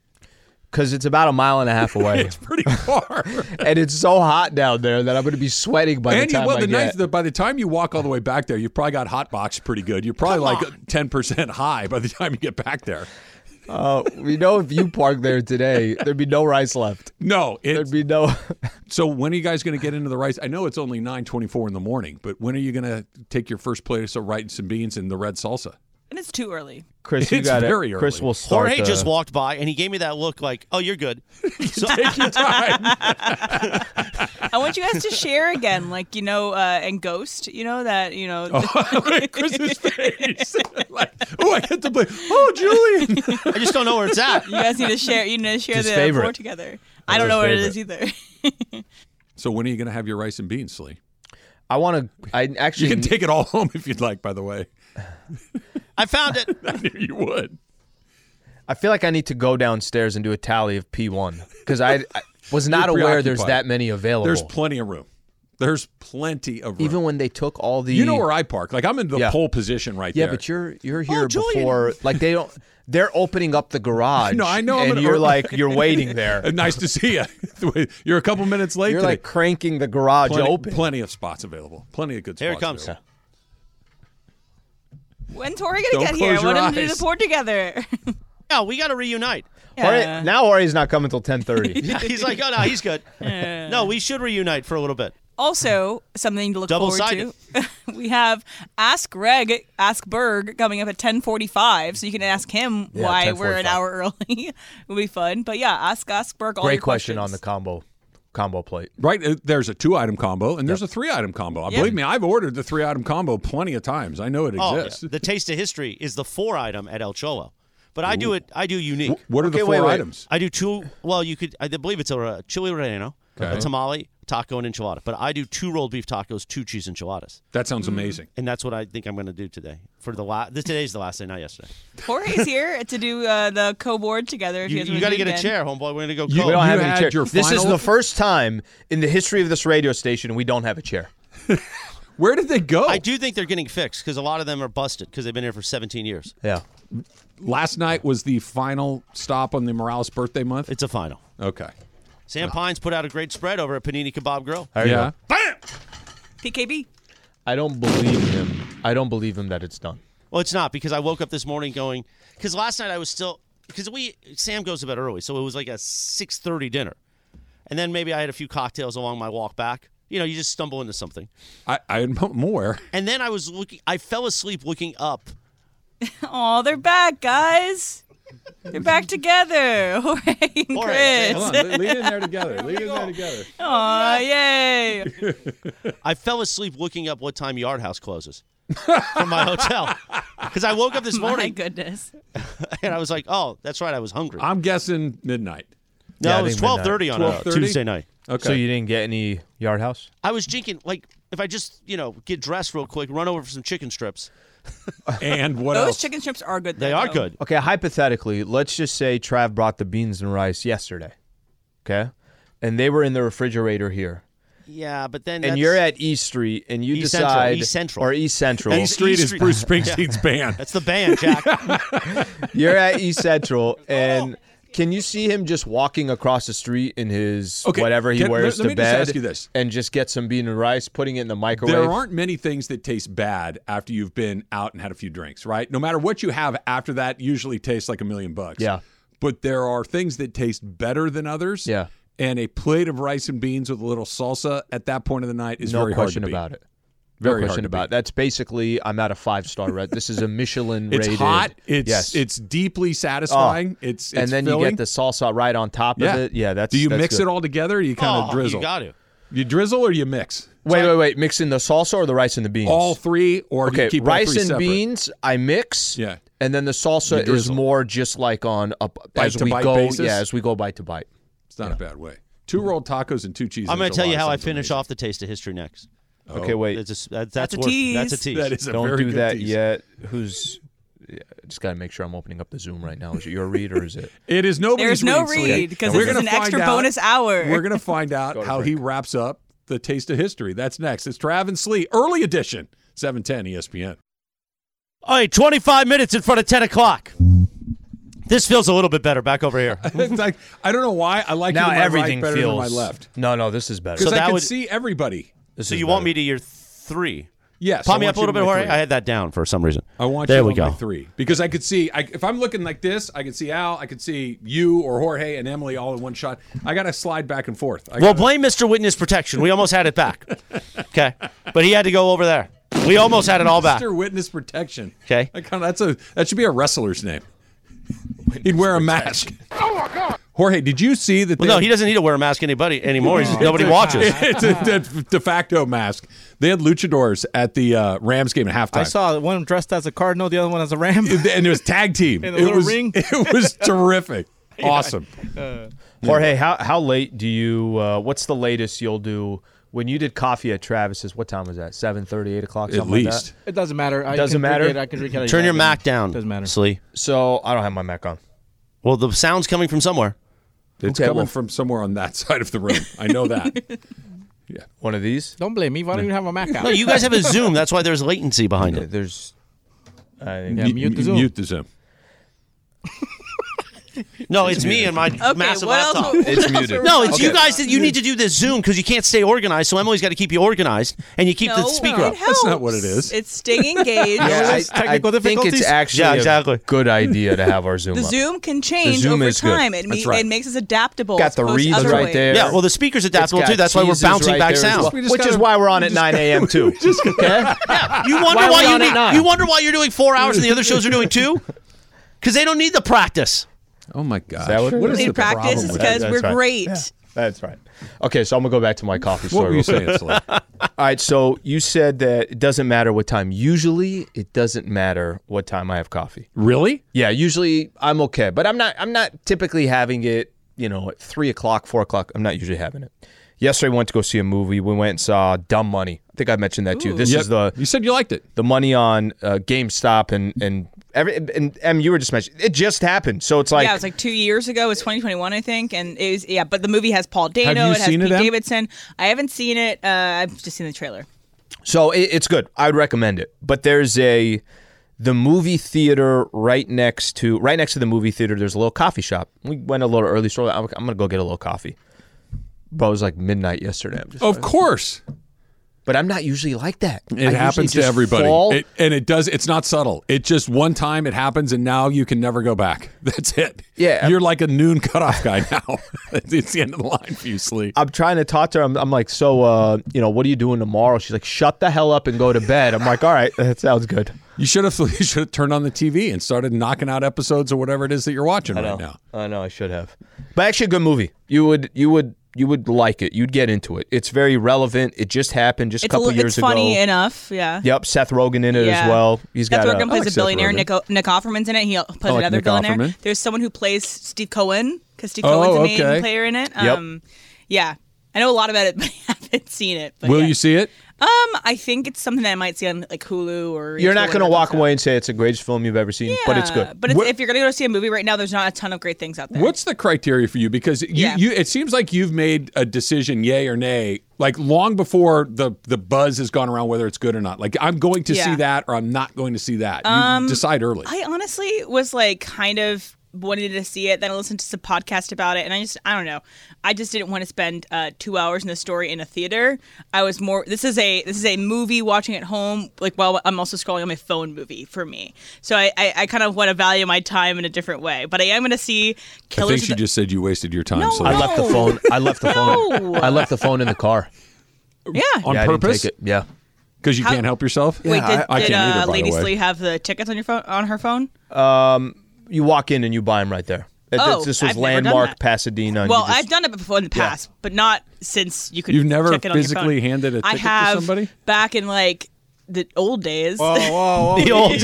[SPEAKER 3] because it's about a mile and a half away,
[SPEAKER 2] It's pretty far.
[SPEAKER 3] and it's so hot down there that I'm going to be sweating by
[SPEAKER 2] and
[SPEAKER 3] the
[SPEAKER 2] you,
[SPEAKER 3] time
[SPEAKER 2] well,
[SPEAKER 3] I
[SPEAKER 2] the
[SPEAKER 3] get.
[SPEAKER 2] nice, the, by the time you walk all the way back there, you've probably got hot box pretty good. You're probably like ten percent high by the time you get back there.
[SPEAKER 3] Uh, we know if you park there today, there'd be no rice left.
[SPEAKER 2] No,
[SPEAKER 3] There'd
[SPEAKER 2] it,
[SPEAKER 3] be no.
[SPEAKER 2] so when are you guys going to get into the rice? I know it's only nine twenty-four in the morning, but when are you going to take your first plate of rice and beans and the red salsa?
[SPEAKER 4] And it's too early.
[SPEAKER 3] Chris, you
[SPEAKER 2] It's
[SPEAKER 3] got
[SPEAKER 2] very
[SPEAKER 3] it. Chris
[SPEAKER 2] early.
[SPEAKER 3] will start.
[SPEAKER 1] Jorge
[SPEAKER 3] the-
[SPEAKER 1] just walked by and he gave me that look like, oh, you're good. So,
[SPEAKER 2] Take your time.
[SPEAKER 4] I want you guys to share again, like you know, uh, and Ghost, you know that you know.
[SPEAKER 2] Oh, Chris's face. like, oh, I get to play. Oh, Julian.
[SPEAKER 1] I just don't know where it's at.
[SPEAKER 4] You guys need to share. You need to share
[SPEAKER 3] His
[SPEAKER 4] the
[SPEAKER 3] favorite.
[SPEAKER 4] board together. I don't
[SPEAKER 3] his
[SPEAKER 4] know what it is either.
[SPEAKER 2] So when are you going to have your rice and beans, Slee?
[SPEAKER 3] I want to. I actually.
[SPEAKER 2] You can take it all home if you'd like. By the way,
[SPEAKER 1] I found it.
[SPEAKER 2] I knew you would.
[SPEAKER 3] I feel like I need to go downstairs and do a tally of P1 because I, I was not
[SPEAKER 2] You're
[SPEAKER 3] aware there's
[SPEAKER 2] preoccupied.
[SPEAKER 3] that many available.
[SPEAKER 2] There's plenty of room. There's plenty of room.
[SPEAKER 3] Oh. even when they took all the.
[SPEAKER 2] you know where I Oh, park. Like I'm in the
[SPEAKER 3] Yeah.
[SPEAKER 2] pole position right
[SPEAKER 3] Yeah,
[SPEAKER 2] there.
[SPEAKER 3] but you're you're here
[SPEAKER 1] Julian.
[SPEAKER 3] before like they don't. They're opening up the garage.
[SPEAKER 2] No, I know I'm
[SPEAKER 3] And
[SPEAKER 2] an
[SPEAKER 3] you're
[SPEAKER 2] early-
[SPEAKER 3] like you're waiting
[SPEAKER 2] Uh,
[SPEAKER 3] there.
[SPEAKER 2] nice to see you. you're a couple minutes late.
[SPEAKER 3] You're
[SPEAKER 2] today.
[SPEAKER 3] like cranking the garage
[SPEAKER 2] plenty,
[SPEAKER 3] open.
[SPEAKER 2] plenty of spots available. Plenty of good spots.
[SPEAKER 1] Here it comes.
[SPEAKER 2] available.
[SPEAKER 4] When's Tori gonna
[SPEAKER 2] Don't
[SPEAKER 4] get here? I
[SPEAKER 2] close
[SPEAKER 4] want
[SPEAKER 2] your
[SPEAKER 4] him to do
[SPEAKER 2] eyes.
[SPEAKER 4] the board together.
[SPEAKER 1] Yeah, we got to reunite.
[SPEAKER 3] Jorge-
[SPEAKER 4] Yeah.
[SPEAKER 3] now Ori's not coming till 10:30.
[SPEAKER 1] He's like, oh, no, he's good. No, we should reunite for a little bit.
[SPEAKER 4] Also, something to look
[SPEAKER 1] Double-sided.
[SPEAKER 4] forward to. we have Ask Greg, Ask Berg coming up at 10:45, so you can ask him
[SPEAKER 3] Yeah,
[SPEAKER 4] why we're an
[SPEAKER 3] 10:45.
[SPEAKER 4] hour early. It'll be fun. But yeah, ask Ask Berg all
[SPEAKER 3] Great
[SPEAKER 4] your
[SPEAKER 3] question
[SPEAKER 4] questions.
[SPEAKER 3] on the combo combo plate.
[SPEAKER 2] Right uh, there's a two item combo and there's a three item combo. I Believe me, I've ordered the three item combo plenty of times. I know it
[SPEAKER 1] Oh,
[SPEAKER 2] exists.
[SPEAKER 1] the taste of history is the four item at El Cholo, but I do it. I do unique.
[SPEAKER 2] What are the
[SPEAKER 3] Okay,
[SPEAKER 2] four
[SPEAKER 3] wait, wait.
[SPEAKER 2] items?
[SPEAKER 1] I do two. Well, you could. I believe it's a uh, chili relleno, a tamale, taco, and enchilada. But I do two rolled beef tacos, two cheese enchiladas,
[SPEAKER 2] That sounds amazing.
[SPEAKER 1] and that's what I think I'm going to do today. For the last, this today's the last day, not yesterday.
[SPEAKER 4] Jorge's here to do uh, the co-board together. If you,
[SPEAKER 1] You,
[SPEAKER 4] guys want to
[SPEAKER 1] you got to
[SPEAKER 4] do it
[SPEAKER 1] get a
[SPEAKER 4] again.
[SPEAKER 1] chair, homeboy. We're going to go.
[SPEAKER 2] You-
[SPEAKER 1] cold.
[SPEAKER 3] We don't
[SPEAKER 2] You
[SPEAKER 3] have
[SPEAKER 2] had
[SPEAKER 3] any
[SPEAKER 2] your
[SPEAKER 3] chairs. This is
[SPEAKER 2] final-
[SPEAKER 3] the first time in the history of this radio station we don't have a chair.
[SPEAKER 2] Where did they go?
[SPEAKER 1] I do think they're getting fixed because a lot of them are busted because they've been here for 17 years.
[SPEAKER 3] Yeah.
[SPEAKER 2] Last night was the final stop on the Morales birthday month.
[SPEAKER 1] It's a final.
[SPEAKER 2] Okay.
[SPEAKER 1] Sam Pines put out a great spread over at Panini Kebab Grill.
[SPEAKER 3] There you
[SPEAKER 2] yeah.
[SPEAKER 3] go.
[SPEAKER 4] PKB.
[SPEAKER 3] I don't believe him. I don't believe him that it's done.
[SPEAKER 1] Well, it's not because I woke up this morning going because last night I was still because we Sam goes to bed early, so it was like a six thirty dinner, and then maybe I had a few cocktails along my walk back. You know, you just stumble into something,
[SPEAKER 2] I, I'm more.
[SPEAKER 1] and then I was looking. I fell asleep looking up.
[SPEAKER 4] Oh, they're back, guys. They're back together. Jorge and
[SPEAKER 1] Jorge,
[SPEAKER 4] Chris.
[SPEAKER 2] Hold on, lead in there together. Lead in there together.
[SPEAKER 4] Aw, yay.
[SPEAKER 1] I fell asleep looking up what time Yard House closes from my hotel because I woke up this
[SPEAKER 4] My
[SPEAKER 1] morning
[SPEAKER 4] goodness.
[SPEAKER 1] and I was like, "Oh, that's right, I was hungry."
[SPEAKER 2] I'm guessing midnight.
[SPEAKER 1] no,
[SPEAKER 3] Yeah, I
[SPEAKER 1] it was
[SPEAKER 3] think midnight.
[SPEAKER 1] twelve thirty on a
[SPEAKER 2] 12:30?
[SPEAKER 1] Tuesday night.
[SPEAKER 2] Okay.
[SPEAKER 3] So you didn't get any yard house?
[SPEAKER 1] I was jinking like if I just you know get dressed real quick, run over for some chicken strips.
[SPEAKER 2] and what
[SPEAKER 4] Those
[SPEAKER 2] else?
[SPEAKER 4] chicken strips are good.
[SPEAKER 1] They
[SPEAKER 4] though.
[SPEAKER 1] are good.
[SPEAKER 3] Okay, hypothetically, let's just say Trav brought the beans and rice yesterday. Okay? And they were in the refrigerator here.
[SPEAKER 1] Yeah, but then
[SPEAKER 3] And
[SPEAKER 1] that's-
[SPEAKER 3] you're at East Street and you
[SPEAKER 1] East Central,
[SPEAKER 3] decide
[SPEAKER 1] East Central.
[SPEAKER 3] or East Central.
[SPEAKER 1] East
[SPEAKER 2] East Street
[SPEAKER 1] East
[SPEAKER 2] is
[SPEAKER 1] Street.
[SPEAKER 2] Bruce Springsteen's band.
[SPEAKER 1] that's the band, Jack.
[SPEAKER 3] You're at East Central and can you see him just walking across the street in his
[SPEAKER 2] Okay,
[SPEAKER 3] whatever he
[SPEAKER 2] can-
[SPEAKER 3] wears to
[SPEAKER 2] let- let me just
[SPEAKER 3] bed
[SPEAKER 2] ask you this.
[SPEAKER 3] and just get some bean and rice, putting it in the microwave?
[SPEAKER 2] There aren't many things that taste bad after you've been out and had a few drinks, right? No matter what you have after that, usually tastes like a million bucks.
[SPEAKER 3] Yeah.
[SPEAKER 2] But there are things that taste better than others.
[SPEAKER 3] Yeah.
[SPEAKER 2] And a plate of rice and beans with a little salsa at that point of the night is
[SPEAKER 3] no
[SPEAKER 2] very
[SPEAKER 3] question
[SPEAKER 2] hard to beat.
[SPEAKER 3] about it.
[SPEAKER 2] Very
[SPEAKER 3] no
[SPEAKER 2] hard
[SPEAKER 3] question
[SPEAKER 2] to
[SPEAKER 3] about
[SPEAKER 2] beat.
[SPEAKER 3] it. That's basically I'm at a five star red. This is a Michelin
[SPEAKER 2] It's
[SPEAKER 3] rated.
[SPEAKER 2] hot. It's
[SPEAKER 3] yes.
[SPEAKER 2] it's deeply
[SPEAKER 3] Oh.
[SPEAKER 2] satisfying. It's, it's
[SPEAKER 3] and then you
[SPEAKER 2] filling.
[SPEAKER 3] get the salsa right on top
[SPEAKER 2] yeah.
[SPEAKER 3] of it. Yeah, that's.
[SPEAKER 2] Do you
[SPEAKER 3] that's
[SPEAKER 2] mix
[SPEAKER 3] good.
[SPEAKER 2] it all together? Or you kind
[SPEAKER 1] oh,
[SPEAKER 2] of drizzle.
[SPEAKER 1] You got to.
[SPEAKER 2] You drizzle or you mix
[SPEAKER 3] Wait, wait, wait. Mixing the salsa or the rice and the beans?
[SPEAKER 2] all three, or do
[SPEAKER 3] Okay,
[SPEAKER 2] you keep all
[SPEAKER 3] rice
[SPEAKER 2] three
[SPEAKER 3] and
[SPEAKER 2] separate?
[SPEAKER 3] beans I mix.
[SPEAKER 2] Yeah.
[SPEAKER 3] And then the salsa is
[SPEAKER 2] drizzle.
[SPEAKER 3] more just like on a
[SPEAKER 2] Bite
[SPEAKER 3] as
[SPEAKER 2] to
[SPEAKER 3] we
[SPEAKER 2] bite
[SPEAKER 3] go.
[SPEAKER 2] basis?
[SPEAKER 3] Yeah, as we go bite to bite.
[SPEAKER 2] It's not a bad way. Two rolled tacos and two cheese.
[SPEAKER 1] I'm going to tell you
[SPEAKER 2] enchiladas
[SPEAKER 1] how I
[SPEAKER 2] sounds
[SPEAKER 1] finish
[SPEAKER 2] amazing.
[SPEAKER 1] off the taste of history next.
[SPEAKER 3] Okay, wait.
[SPEAKER 1] It's just- that-
[SPEAKER 4] That's
[SPEAKER 1] that's
[SPEAKER 4] a
[SPEAKER 1] worth- That's a
[SPEAKER 4] tease.
[SPEAKER 1] tease.
[SPEAKER 2] That is Oh, a
[SPEAKER 3] Don't
[SPEAKER 2] very
[SPEAKER 3] do
[SPEAKER 2] good
[SPEAKER 3] that
[SPEAKER 2] tease.
[SPEAKER 3] yet. Who's? Yeah, I just gotta make sure I'm opening up the Zoom right now. Is it your read or is it?
[SPEAKER 2] It is nobody's
[SPEAKER 4] There's no
[SPEAKER 2] read, Slee.
[SPEAKER 4] read, 'cause
[SPEAKER 2] And we're
[SPEAKER 4] this is
[SPEAKER 2] gonna
[SPEAKER 4] an extra
[SPEAKER 2] find out-
[SPEAKER 4] bonus hour.
[SPEAKER 2] We're going to find out
[SPEAKER 3] to
[SPEAKER 2] how he wraps up the taste of history. That's next. It's Trav and Slee, early edition, E 710 ESPN.
[SPEAKER 1] All right, 25 minutes in front of 10 o'clock. This feels a little bit better back over here.
[SPEAKER 2] It's like, I don't know why I like it
[SPEAKER 3] now
[SPEAKER 2] to my
[SPEAKER 3] everything
[SPEAKER 2] right better
[SPEAKER 3] feels.
[SPEAKER 2] than my left.
[SPEAKER 3] No, no, this is better.
[SPEAKER 2] Because
[SPEAKER 1] So
[SPEAKER 2] I
[SPEAKER 1] that
[SPEAKER 2] can
[SPEAKER 1] would-
[SPEAKER 2] see everybody.
[SPEAKER 3] This
[SPEAKER 1] so
[SPEAKER 3] is
[SPEAKER 1] you want
[SPEAKER 3] better.
[SPEAKER 1] me to your three?
[SPEAKER 2] Yes.
[SPEAKER 1] Pop
[SPEAKER 2] I
[SPEAKER 1] me
[SPEAKER 2] want
[SPEAKER 1] up a little
[SPEAKER 2] you
[SPEAKER 1] bit,
[SPEAKER 2] to my
[SPEAKER 1] Jorge.
[SPEAKER 2] three.
[SPEAKER 1] I had that down for some reason.
[SPEAKER 2] I want
[SPEAKER 1] there
[SPEAKER 2] you
[SPEAKER 1] we
[SPEAKER 2] on
[SPEAKER 1] go.
[SPEAKER 2] my three because I could see I, if I'm looking like this, I could see Al, I could see you or Jorge and Emily all in one shot. I got to slide back and forth. I
[SPEAKER 1] Well,
[SPEAKER 2] gotta-
[SPEAKER 1] blame Mr. Witness Protection. We almost had it back. Okay. But he had to go over there. We almost had it all back.
[SPEAKER 2] Mr. Witness Protection.
[SPEAKER 1] Okay.
[SPEAKER 2] That kinda- that's a that should be a wrestler's name. He'd wear a mask. Oh my God! Jorge, did you see that?
[SPEAKER 1] Well,
[SPEAKER 2] they-
[SPEAKER 1] no, he doesn't need to wear a mask anybody anymore. He's- Nobody watches.
[SPEAKER 2] it's a de, de facto mask. They had luchadors at the uh, Rams game at halftime.
[SPEAKER 7] I saw one dressed as a cardinal, the other one as a ram.
[SPEAKER 2] and it was tag team.
[SPEAKER 7] In the
[SPEAKER 2] it
[SPEAKER 7] little
[SPEAKER 2] was
[SPEAKER 7] ring.
[SPEAKER 2] it was terrific. Awesome.
[SPEAKER 3] Jorge, how how late do you? Uh, what's the latest you'll do? When you did coffee at Travis's, what time was that? 7:30, 8 o'clock,
[SPEAKER 2] At
[SPEAKER 3] something like
[SPEAKER 2] least.
[SPEAKER 3] that.
[SPEAKER 7] It doesn't matter. I
[SPEAKER 3] Doesn't
[SPEAKER 7] can drink
[SPEAKER 3] matter?
[SPEAKER 7] it. I can drink it.
[SPEAKER 1] Turn your Mac down.
[SPEAKER 7] Doesn't matter.
[SPEAKER 1] Slee.
[SPEAKER 3] So I don't have my Mac on.
[SPEAKER 1] Well, the sound's coming from somewhere.
[SPEAKER 2] It's
[SPEAKER 3] Okay,
[SPEAKER 2] coming
[SPEAKER 3] well-
[SPEAKER 2] from somewhere on that side of the room. I know that.
[SPEAKER 3] One of these?
[SPEAKER 7] Don't blame me. Why don't you have a Mac out?
[SPEAKER 1] No, you guys have a Zoom. That's why there's latency behind it.
[SPEAKER 3] There's. I
[SPEAKER 7] yeah, mute the
[SPEAKER 2] M-
[SPEAKER 7] Zoom.
[SPEAKER 2] Mute the Zoom.
[SPEAKER 1] No, it's me and my
[SPEAKER 4] Okay,
[SPEAKER 1] massive
[SPEAKER 4] what else?
[SPEAKER 1] laptop.
[SPEAKER 4] what
[SPEAKER 3] It's
[SPEAKER 4] else
[SPEAKER 3] muted.
[SPEAKER 4] are we
[SPEAKER 1] No, it's
[SPEAKER 4] talking
[SPEAKER 1] you
[SPEAKER 4] about?
[SPEAKER 1] guys that you need to do this Zoom because you can't stay organized. So Emily's got to keep you organized, and you keep
[SPEAKER 4] No,
[SPEAKER 1] the speaker up.
[SPEAKER 4] it
[SPEAKER 2] That's not what
[SPEAKER 4] helps.
[SPEAKER 2] it is.
[SPEAKER 4] It's staying engaged.
[SPEAKER 3] I,
[SPEAKER 7] technical
[SPEAKER 3] I think it's
[SPEAKER 7] difficulties?
[SPEAKER 3] actually
[SPEAKER 1] Yeah, exactly.
[SPEAKER 3] a good idea to have our Zoom.
[SPEAKER 4] The
[SPEAKER 3] up.
[SPEAKER 4] Zoom can change
[SPEAKER 3] Zoom
[SPEAKER 4] over
[SPEAKER 3] is good.
[SPEAKER 4] time. It, me-
[SPEAKER 2] That's right.
[SPEAKER 4] it makes us adaptable.
[SPEAKER 3] Got
[SPEAKER 4] as
[SPEAKER 3] the
[SPEAKER 4] opposed to
[SPEAKER 3] reeds
[SPEAKER 4] other
[SPEAKER 3] right
[SPEAKER 4] ways.
[SPEAKER 3] there.
[SPEAKER 1] Yeah, well, the speaker's adaptable
[SPEAKER 3] It's
[SPEAKER 1] too.
[SPEAKER 3] got
[SPEAKER 1] That's why we're
[SPEAKER 3] cheeses
[SPEAKER 1] bouncing
[SPEAKER 3] right
[SPEAKER 1] back
[SPEAKER 3] there as
[SPEAKER 1] sound.
[SPEAKER 3] well,
[SPEAKER 2] We just
[SPEAKER 3] which is
[SPEAKER 2] gotta-
[SPEAKER 3] why we're on at 9 a.m. too. okay?
[SPEAKER 1] You wonder why,
[SPEAKER 3] Why are we
[SPEAKER 1] you
[SPEAKER 3] on at
[SPEAKER 1] need,
[SPEAKER 3] nine?
[SPEAKER 1] you wonder why you're doing four hours and the other shows are doing two, because they don't need the practice.
[SPEAKER 2] Oh my gosh.
[SPEAKER 3] that what it
[SPEAKER 2] what
[SPEAKER 3] is?
[SPEAKER 2] is
[SPEAKER 4] We
[SPEAKER 2] the
[SPEAKER 4] need practice
[SPEAKER 2] problem
[SPEAKER 4] is
[SPEAKER 2] with
[SPEAKER 4] because
[SPEAKER 3] That's
[SPEAKER 4] we're
[SPEAKER 3] right.
[SPEAKER 4] great.
[SPEAKER 3] That's right. Okay, so I'm gonna go back to my coffee
[SPEAKER 2] What were
[SPEAKER 3] story.
[SPEAKER 2] you
[SPEAKER 3] real quick.
[SPEAKER 2] saying, Slee?
[SPEAKER 3] All right, so you said that it doesn't matter what time. Usually, it doesn't matter what time I have coffee.
[SPEAKER 2] Really?
[SPEAKER 3] Yeah, usually I'm okay, but I'm not. I'm not typically having it. You know, at three o'clock, four o'clock. I'm not usually having it. Yesterday, we went to go see a movie. We went and saw Dumb Money. I think I mentioned that to you. This
[SPEAKER 2] Yep.
[SPEAKER 3] is the
[SPEAKER 2] you said you liked it.
[SPEAKER 3] the money on uh, GameStop and and every and Em, you were just mentioning it just happened. So it's like
[SPEAKER 4] yeah, it was like two years ago. It was 2021, I think, and it was yeah. But the movie has Paul Dano.
[SPEAKER 2] you
[SPEAKER 4] it has
[SPEAKER 2] seen it,
[SPEAKER 4] Pete
[SPEAKER 2] Em?
[SPEAKER 4] Davidson. I haven't seen it. Uh, I've just seen the trailer.
[SPEAKER 3] So it, it's good. I would recommend it. But there's a the movie theater right next to right next to the movie theater. There's a little coffee shop. We went a little early, so I'm, I'm gonna go get a little coffee. Bro, it was like midnight yesterday. I'm just,
[SPEAKER 2] Of course.
[SPEAKER 3] But I'm not usually like that. I
[SPEAKER 2] It
[SPEAKER 3] usually
[SPEAKER 2] happens to
[SPEAKER 3] just
[SPEAKER 2] everybody.
[SPEAKER 3] fall.
[SPEAKER 2] It, and it does it's not subtle. It just one time it happens and now you can never go back. That's it.
[SPEAKER 3] Yeah.
[SPEAKER 2] You're like a noon cutoff guy now. it's the end of the line for you, Slee.
[SPEAKER 3] I'm trying to talk to her. I'm, I'm like, so, uh, you know, what are you doing tomorrow? She's like, shut the hell up and go to bed. I'm like, all right, that sounds good.
[SPEAKER 2] You should have you should have turned on the TV and started knocking out episodes or whatever it is that you're watching right now.
[SPEAKER 3] I know I should have. But actually a good movie. You would you would you would like it. You'd get into it. It's very relevant. It just happened just a
[SPEAKER 4] It's a
[SPEAKER 3] couple
[SPEAKER 4] li-
[SPEAKER 3] years
[SPEAKER 4] it's funny
[SPEAKER 3] ago.
[SPEAKER 4] enough. Yeah.
[SPEAKER 3] yep, Seth Rogen in it
[SPEAKER 4] Yeah.
[SPEAKER 3] as well. He's
[SPEAKER 4] Seth
[SPEAKER 3] got
[SPEAKER 4] Rogen plays
[SPEAKER 3] I like
[SPEAKER 4] a
[SPEAKER 3] Seth
[SPEAKER 4] billionaire.
[SPEAKER 3] Rogen.
[SPEAKER 4] Nick, o- Nick Offerman's in it. He plays
[SPEAKER 2] like
[SPEAKER 4] another
[SPEAKER 2] Nick
[SPEAKER 4] villain
[SPEAKER 2] Offerman.
[SPEAKER 4] there. There's someone who plays Steve Cohen because Steve
[SPEAKER 2] Oh,
[SPEAKER 4] Cohen's a main
[SPEAKER 2] okay.
[SPEAKER 4] player in it.
[SPEAKER 3] Yep.
[SPEAKER 4] Um, Yeah. I know a lot about it, but I haven't seen it. But
[SPEAKER 2] Will
[SPEAKER 4] yeah.
[SPEAKER 2] you see it?
[SPEAKER 4] Um, I think it's something that I might see on like Hulu or.
[SPEAKER 3] You're not
[SPEAKER 4] going
[SPEAKER 3] going to walk away and say it's the greatest film you've ever seen, but it's good.
[SPEAKER 4] But it's,
[SPEAKER 2] What-
[SPEAKER 4] if you're going to go see a movie right now, there's not a ton of great things out there.
[SPEAKER 2] What's the criteria for you? Because you,
[SPEAKER 4] Yeah.
[SPEAKER 2] you it seems like you've made a decision, yay or nay, like long before the the buzz has gone around whether it's good or not. Like I'm going to see
[SPEAKER 4] Yeah.
[SPEAKER 2] that or I'm not going to see that. You
[SPEAKER 3] Um,
[SPEAKER 2] decide early.
[SPEAKER 4] I honestly was like kind of wanted to see it. Then I listened to some podcast about it, and I just I don't know. I just didn't want to spend uh, two hours in the story in a theater. I was more this is a this is a movie watching at home, like while I'm also scrolling on my phone movie for me. So I I, I kind of want to value my time in a different way. But I am going to see
[SPEAKER 2] I
[SPEAKER 4] Killers.
[SPEAKER 2] think
[SPEAKER 4] of
[SPEAKER 2] she
[SPEAKER 4] the-
[SPEAKER 2] just said you wasted your time.
[SPEAKER 4] No,
[SPEAKER 2] so
[SPEAKER 4] no.
[SPEAKER 3] I left the phone. I left the phone.
[SPEAKER 4] No.
[SPEAKER 3] I left the phone in the car.
[SPEAKER 4] yeah.
[SPEAKER 2] on
[SPEAKER 3] Yeah, I didn't
[SPEAKER 2] purpose
[SPEAKER 3] take it. Yeah.
[SPEAKER 2] because you can't help yourself.
[SPEAKER 4] Wait, did,
[SPEAKER 2] I, I
[SPEAKER 4] did
[SPEAKER 2] can't either.
[SPEAKER 4] uh,
[SPEAKER 2] by
[SPEAKER 4] Lady
[SPEAKER 2] the way.
[SPEAKER 4] Slee have the tickets on your phone on her phone?
[SPEAKER 3] You walk in and you buy them right there. Th-
[SPEAKER 4] Oh,
[SPEAKER 3] this
[SPEAKER 4] I've
[SPEAKER 3] was
[SPEAKER 4] never done
[SPEAKER 3] landmark
[SPEAKER 4] that.
[SPEAKER 3] Pasadena. and
[SPEAKER 4] Well,
[SPEAKER 3] you just-
[SPEAKER 4] I've done it before in the past, but not since you could.
[SPEAKER 2] You've never
[SPEAKER 4] check it on your
[SPEAKER 2] physically
[SPEAKER 4] phone.
[SPEAKER 2] handed a
[SPEAKER 4] I
[SPEAKER 2] ticket to
[SPEAKER 4] have
[SPEAKER 2] somebody?
[SPEAKER 4] back in like the old days.
[SPEAKER 3] Oh,
[SPEAKER 7] whoa, whoa.
[SPEAKER 1] The old days.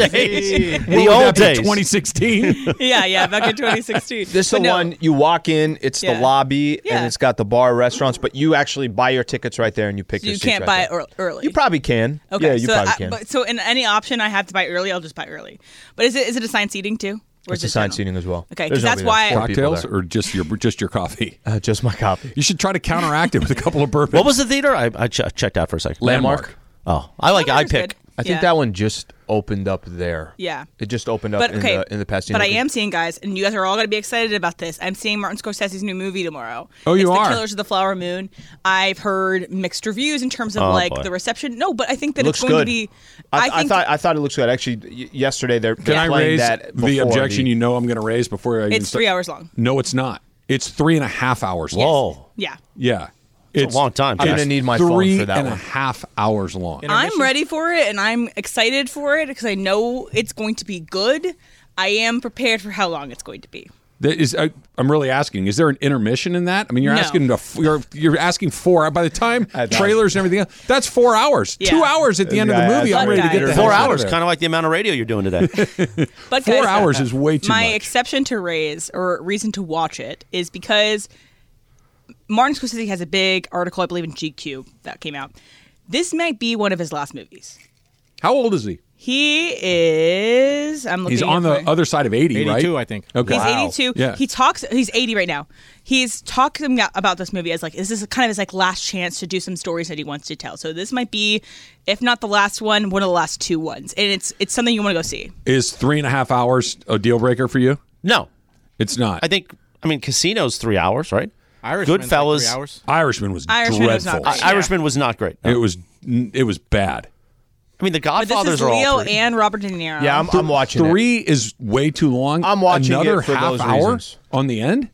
[SPEAKER 1] The
[SPEAKER 2] Would
[SPEAKER 1] old
[SPEAKER 2] that be
[SPEAKER 1] days.
[SPEAKER 2] 2016.
[SPEAKER 4] yeah, yeah, back in 2016.
[SPEAKER 3] This is the
[SPEAKER 4] But no,
[SPEAKER 3] one you walk in. It's the
[SPEAKER 4] Yeah.
[SPEAKER 3] lobby
[SPEAKER 4] Yeah.
[SPEAKER 3] and it's got the bar restaurants, but you actually buy your tickets right there and you pick your
[SPEAKER 4] you
[SPEAKER 3] seats
[SPEAKER 4] can't
[SPEAKER 3] right
[SPEAKER 4] buy it
[SPEAKER 3] there.
[SPEAKER 4] ear- early.
[SPEAKER 3] You probably can.
[SPEAKER 4] okay.
[SPEAKER 3] yeah, you
[SPEAKER 4] so
[SPEAKER 3] probably
[SPEAKER 4] I,
[SPEAKER 3] can.
[SPEAKER 4] But, so in any option I have to buy early, I'll just buy early. But is it is it assigned seating too? Or
[SPEAKER 3] it's
[SPEAKER 4] is it
[SPEAKER 3] assigned
[SPEAKER 4] general?
[SPEAKER 3] seating as well.
[SPEAKER 4] Okay, 'cause
[SPEAKER 3] There's
[SPEAKER 4] that's
[SPEAKER 3] nobody
[SPEAKER 4] why-
[SPEAKER 3] Four people
[SPEAKER 2] Cocktails
[SPEAKER 3] there.
[SPEAKER 2] or just your just your coffee.
[SPEAKER 3] Uh, just my copy.
[SPEAKER 2] You should try to counteract it with a couple of burpees.
[SPEAKER 1] What was the theater? I, I, ch- I checked out for a second.
[SPEAKER 2] Landmark.
[SPEAKER 1] Oh, I like
[SPEAKER 4] Whatever's
[SPEAKER 1] iPick.
[SPEAKER 4] good.
[SPEAKER 3] I think
[SPEAKER 4] Yeah.
[SPEAKER 3] that one just opened up there.
[SPEAKER 4] Yeah.
[SPEAKER 3] It just opened up
[SPEAKER 4] But
[SPEAKER 3] in,
[SPEAKER 4] okay,
[SPEAKER 3] the, in the Pasadena.
[SPEAKER 4] but I am seeing guys, and you guys are all going to be excited about this. I'm seeing Martin Scorsese's new movie tomorrow.
[SPEAKER 2] Oh, you
[SPEAKER 4] it's
[SPEAKER 2] are?
[SPEAKER 4] The Killers of the Flower Moon. I've heard mixed reviews in terms of like
[SPEAKER 1] boy.
[SPEAKER 4] the reception. No, but I think that
[SPEAKER 3] Oh, Looks
[SPEAKER 4] it's going
[SPEAKER 3] good.
[SPEAKER 4] to be.
[SPEAKER 3] I, I
[SPEAKER 4] think
[SPEAKER 3] thought I thought it looks good. Actually, y- yesterday they're,
[SPEAKER 2] Can
[SPEAKER 3] they're
[SPEAKER 2] I
[SPEAKER 3] playing
[SPEAKER 2] raise
[SPEAKER 3] that
[SPEAKER 2] the
[SPEAKER 3] before
[SPEAKER 2] objection
[SPEAKER 3] the-
[SPEAKER 2] you know I'm going to raise before I even
[SPEAKER 4] it's
[SPEAKER 2] start?
[SPEAKER 4] three hours long.
[SPEAKER 2] No, it's not. It's three and a half hours. long.
[SPEAKER 1] Whoa.
[SPEAKER 4] Yeah.
[SPEAKER 2] Yeah.
[SPEAKER 1] a long time,
[SPEAKER 2] it's
[SPEAKER 1] I'm gonna
[SPEAKER 3] need my phone
[SPEAKER 2] three
[SPEAKER 3] for that
[SPEAKER 2] and a
[SPEAKER 3] one.
[SPEAKER 2] half hours long.
[SPEAKER 4] I'm ready for it and I'm excited for it because I know it's going to be good. I am prepared for how long it's going to be.
[SPEAKER 2] That is, I, I'm really asking. Is there an intermission in that? I mean, you're
[SPEAKER 4] No.
[SPEAKER 2] asking. A, you're you're asking four. By the time
[SPEAKER 3] I thought-
[SPEAKER 2] trailers and everything, else, that's four hours.
[SPEAKER 4] Yeah.
[SPEAKER 2] Two hours at the end of the
[SPEAKER 3] Yeah,
[SPEAKER 2] movie.
[SPEAKER 3] that's
[SPEAKER 2] I'm ready to
[SPEAKER 4] right.
[SPEAKER 2] get the
[SPEAKER 1] Four
[SPEAKER 2] hell out
[SPEAKER 1] hours,
[SPEAKER 2] there.
[SPEAKER 1] kind of like the amount of radio you're doing today.
[SPEAKER 4] But
[SPEAKER 2] Four
[SPEAKER 4] guys,
[SPEAKER 2] hours is way too
[SPEAKER 4] my
[SPEAKER 2] much.
[SPEAKER 4] exception to raise or reason to watch it is because Martin Scorsese has a big article, I believe, in GQ that came out. This might be one of his last movies.
[SPEAKER 2] How old is he?
[SPEAKER 4] He is. I'm looking.
[SPEAKER 2] He's on
[SPEAKER 4] at
[SPEAKER 2] the
[SPEAKER 4] my-
[SPEAKER 2] other side of 80, right?
[SPEAKER 7] 82, I think.
[SPEAKER 2] Okay.
[SPEAKER 4] He's
[SPEAKER 2] Wow.
[SPEAKER 4] 82.
[SPEAKER 2] Yeah.
[SPEAKER 4] He talks. He's 80 right now. He's talking about this movie as like is this kind of his like last chance to do some stories that he wants to tell. So this might be, if not the last one, one of the last two ones, and it's it's something you want to go see.
[SPEAKER 2] is three and a half hours a deal breaker for you?
[SPEAKER 1] no,
[SPEAKER 2] It's not.
[SPEAKER 1] I think. I mean, Casino's three hours, right?
[SPEAKER 7] Irishman's like
[SPEAKER 1] Goodfellas.
[SPEAKER 7] three hours.
[SPEAKER 2] Irishman was
[SPEAKER 4] Irishman was
[SPEAKER 2] dreadful.
[SPEAKER 4] not
[SPEAKER 1] I- Irishman was not great. No.
[SPEAKER 2] it was it was bad.
[SPEAKER 1] I mean, The
[SPEAKER 4] But this
[SPEAKER 1] Godfathers
[SPEAKER 4] is
[SPEAKER 1] are all
[SPEAKER 4] Leo
[SPEAKER 1] three.
[SPEAKER 4] and Robert De Niro.
[SPEAKER 3] Yeah, I'm, I'm watching it.
[SPEAKER 2] Three is way too long.
[SPEAKER 3] I'm watching
[SPEAKER 2] another
[SPEAKER 3] it for
[SPEAKER 2] half
[SPEAKER 3] those
[SPEAKER 2] hour
[SPEAKER 3] reasons. Mm-hmm.
[SPEAKER 2] on the end.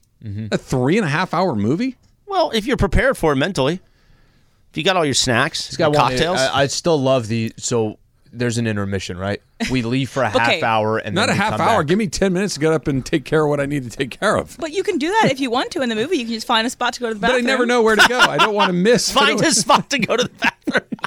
[SPEAKER 2] A three and a half hour movie.
[SPEAKER 1] well, if you're prepared for it mentally, if you got all your snacks,
[SPEAKER 3] He's got
[SPEAKER 1] your
[SPEAKER 3] one- uh,
[SPEAKER 1] cocktails.
[SPEAKER 3] I, I still love the so. There's an intermission, right? We leave for a half
[SPEAKER 4] Okay.
[SPEAKER 3] hour and
[SPEAKER 2] Not
[SPEAKER 3] then
[SPEAKER 2] a
[SPEAKER 3] we
[SPEAKER 2] half
[SPEAKER 3] come
[SPEAKER 2] hour.
[SPEAKER 3] back.
[SPEAKER 2] Give me ten minutes to get up and take care of what I need to take care of.
[SPEAKER 4] But you can do that if you want to in the movie. You can just find a spot to go to the
[SPEAKER 2] But I
[SPEAKER 4] bathroom.
[SPEAKER 2] never know where to go. I don't want to miss. I
[SPEAKER 1] Find
[SPEAKER 2] don't-
[SPEAKER 1] a spot to go to the bathroom.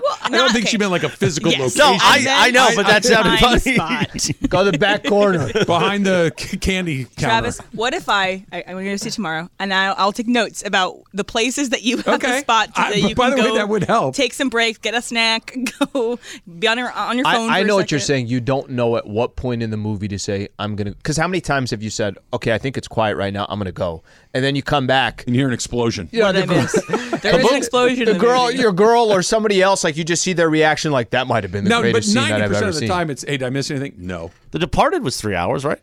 [SPEAKER 4] Well,
[SPEAKER 2] I don't think she meant like a physical
[SPEAKER 4] Yes.
[SPEAKER 1] No,
[SPEAKER 2] location.
[SPEAKER 1] I, I know, but that sounded
[SPEAKER 4] Find a
[SPEAKER 1] funny.
[SPEAKER 4] spot.
[SPEAKER 3] Go to the back corner.
[SPEAKER 2] behind the c- candy counter.
[SPEAKER 4] Travis, what if I, I I'm going to see tomorrow, and I'll, I'll take notes about the places that you have
[SPEAKER 2] Okay.
[SPEAKER 4] the spot to,
[SPEAKER 2] I-
[SPEAKER 4] that you
[SPEAKER 2] by
[SPEAKER 4] can
[SPEAKER 2] the way,
[SPEAKER 4] go
[SPEAKER 2] that would help.
[SPEAKER 4] Take some breaks, get a snack, go be on your on your phone.
[SPEAKER 3] I, I
[SPEAKER 4] for a
[SPEAKER 3] know what you're
[SPEAKER 4] second.
[SPEAKER 3] saying. You don't know at what point in the movie to say I'm gonna. Because how many times have you said, "Okay, I think it's quiet right now. I'm gonna go," and then you come back.
[SPEAKER 2] and hear an explosion.
[SPEAKER 3] Yeah,
[SPEAKER 4] What I missed. There is an explosion.
[SPEAKER 3] The
[SPEAKER 4] in
[SPEAKER 3] girl,
[SPEAKER 4] movie.
[SPEAKER 3] your girl, or somebody else. Like you just see their reaction. Like that might have been the
[SPEAKER 2] No, but
[SPEAKER 3] greatest scene that
[SPEAKER 2] ninety
[SPEAKER 3] I've
[SPEAKER 2] percent
[SPEAKER 3] ever
[SPEAKER 2] of the
[SPEAKER 3] seen.
[SPEAKER 2] time, it's hey, did I miss anything? No,
[SPEAKER 1] The Departed was three hours, right?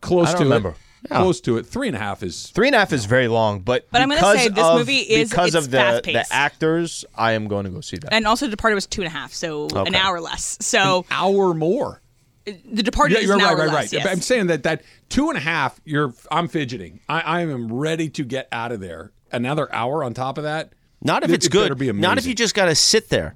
[SPEAKER 2] close
[SPEAKER 3] I don't
[SPEAKER 2] to
[SPEAKER 3] remember.
[SPEAKER 2] it. Close to it. Three and a half is
[SPEAKER 3] Three and a half is very long, but
[SPEAKER 4] But I'm gonna
[SPEAKER 3] because
[SPEAKER 4] say this
[SPEAKER 3] of,
[SPEAKER 4] movie is-
[SPEAKER 3] because
[SPEAKER 4] it's
[SPEAKER 3] of the the
[SPEAKER 4] fast-paced.
[SPEAKER 3] actors. I am going to go see that.
[SPEAKER 4] And also, Departed was two and a half, so an hour less. So
[SPEAKER 2] hour more.
[SPEAKER 4] the Departed
[SPEAKER 2] Yeah,
[SPEAKER 4] is
[SPEAKER 2] you're
[SPEAKER 4] an
[SPEAKER 2] right,
[SPEAKER 4] hour
[SPEAKER 2] right, right.
[SPEAKER 4] less. yes.
[SPEAKER 2] I'm saying that that two and a half. You're, I'm fidgeting. I, I am ready to get out of there. Another hour on top of that.
[SPEAKER 1] Not if
[SPEAKER 2] It-
[SPEAKER 1] it's
[SPEAKER 2] it better
[SPEAKER 1] good.
[SPEAKER 2] Be
[SPEAKER 1] Not if
[SPEAKER 2] amazing.
[SPEAKER 1] you just got to sit there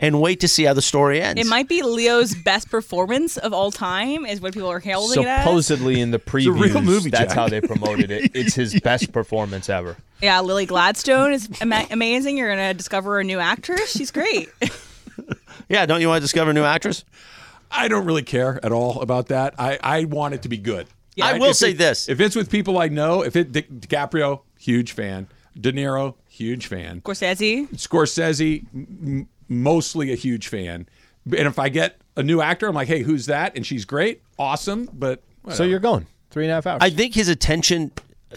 [SPEAKER 1] and wait to see how the story ends.
[SPEAKER 4] It might be Leo's best performance of all time, is what people are heralding it as.
[SPEAKER 3] Supposedly in the previews,
[SPEAKER 2] real movie,
[SPEAKER 3] that's
[SPEAKER 2] Jack.
[SPEAKER 3] how they promoted it. It's his best performance ever.
[SPEAKER 4] Yeah, Lily Gladstone is ama- amazing. You're going to discover a new actress. She's great.
[SPEAKER 1] Yeah, don't you want to discover a new actress?
[SPEAKER 2] I don't really care at all about that. I, I want it to be good.
[SPEAKER 4] Yeah. I
[SPEAKER 2] Right?
[SPEAKER 1] will
[SPEAKER 2] If
[SPEAKER 1] say
[SPEAKER 2] it-
[SPEAKER 1] this.
[SPEAKER 2] If it's with people I know, if it Di- DiCaprio, huge fan. De Niro, huge fan.
[SPEAKER 4] Scorsese.
[SPEAKER 2] Scorsese, m- m- mostly a huge fan. And if I get a new actor, I'm like, hey, who's that? And she's great, awesome, but
[SPEAKER 3] So you're going three and a half hours.
[SPEAKER 1] I think his attention,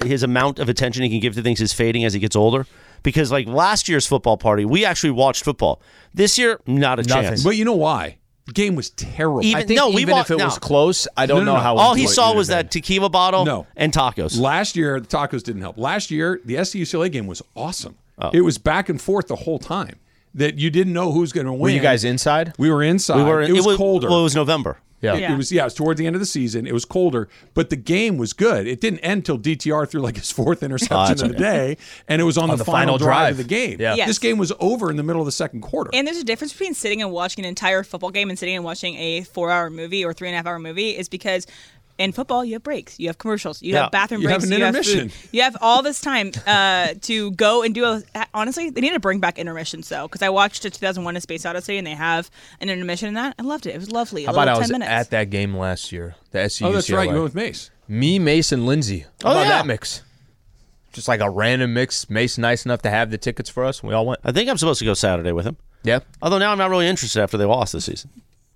[SPEAKER 1] his amount of attention he can give to things is fading as he gets older. Because like last year's football party, we actually watched football. This year, not a
[SPEAKER 3] Nothing.
[SPEAKER 1] chance.
[SPEAKER 2] But you know why? The game was terrible.
[SPEAKER 1] Even-
[SPEAKER 3] I think
[SPEAKER 1] no, we
[SPEAKER 3] even
[SPEAKER 1] wa-
[SPEAKER 3] if it
[SPEAKER 1] no.
[SPEAKER 3] was close, I don't know
[SPEAKER 2] no, no.
[SPEAKER 3] how.
[SPEAKER 1] All he
[SPEAKER 3] enjoyed
[SPEAKER 1] saw
[SPEAKER 3] you'd
[SPEAKER 1] was
[SPEAKER 3] have been.
[SPEAKER 1] that tequila bottle
[SPEAKER 2] No.
[SPEAKER 1] and tacos.
[SPEAKER 2] Last year, the tacos didn't help. Last year, the SC UCLA game was awesome. It was back and forth the whole time. That you didn't know who's going to win.
[SPEAKER 3] Were you guys inside?
[SPEAKER 2] We were inside.
[SPEAKER 1] we were
[SPEAKER 2] it was colder.
[SPEAKER 1] Well, it was November.
[SPEAKER 3] Yeah.
[SPEAKER 2] It was yeah, it was toward the end of the season. It was colder, but the game was good. It didn't end till DTR threw like his fourth interception of the day, and it was on, the,
[SPEAKER 3] the
[SPEAKER 2] final,
[SPEAKER 3] final
[SPEAKER 2] drive of
[SPEAKER 3] drive.
[SPEAKER 2] the game.
[SPEAKER 3] Yeah.
[SPEAKER 4] Yes.
[SPEAKER 2] This game was over in the middle of the second quarter.
[SPEAKER 4] And there's a difference between sitting and watching an entire football game and sitting and watching a four hour movie or three and a half hour movie is because in football you have breaks, you have commercials, you
[SPEAKER 1] Yeah.
[SPEAKER 4] have bathroom
[SPEAKER 2] You have
[SPEAKER 4] breaks,
[SPEAKER 2] an
[SPEAKER 4] you
[SPEAKER 2] intermission.
[SPEAKER 4] have food, you have all this time uh, to go and do. A, honestly, they need to bring back intermissions though, because I watched a 2001: A Space Odyssey and they have an intermission in that. I loved it. It was lovely.
[SPEAKER 3] How
[SPEAKER 4] a little
[SPEAKER 3] about I
[SPEAKER 4] 10
[SPEAKER 3] was
[SPEAKER 4] minutes.
[SPEAKER 3] at that game last year? The SC
[SPEAKER 2] oh, that's right. You
[SPEAKER 3] UCLA.
[SPEAKER 2] went with Mace.
[SPEAKER 3] Me, Mason, Lindsay. How
[SPEAKER 1] Oh,
[SPEAKER 3] about
[SPEAKER 1] yeah.
[SPEAKER 3] that mix? Just like a random mix. Mace nice enough to have the tickets for us, and we all went.
[SPEAKER 1] I think I'm supposed to go Saturday with him.
[SPEAKER 3] Yeah.
[SPEAKER 1] Although now I'm not really interested after they lost this season.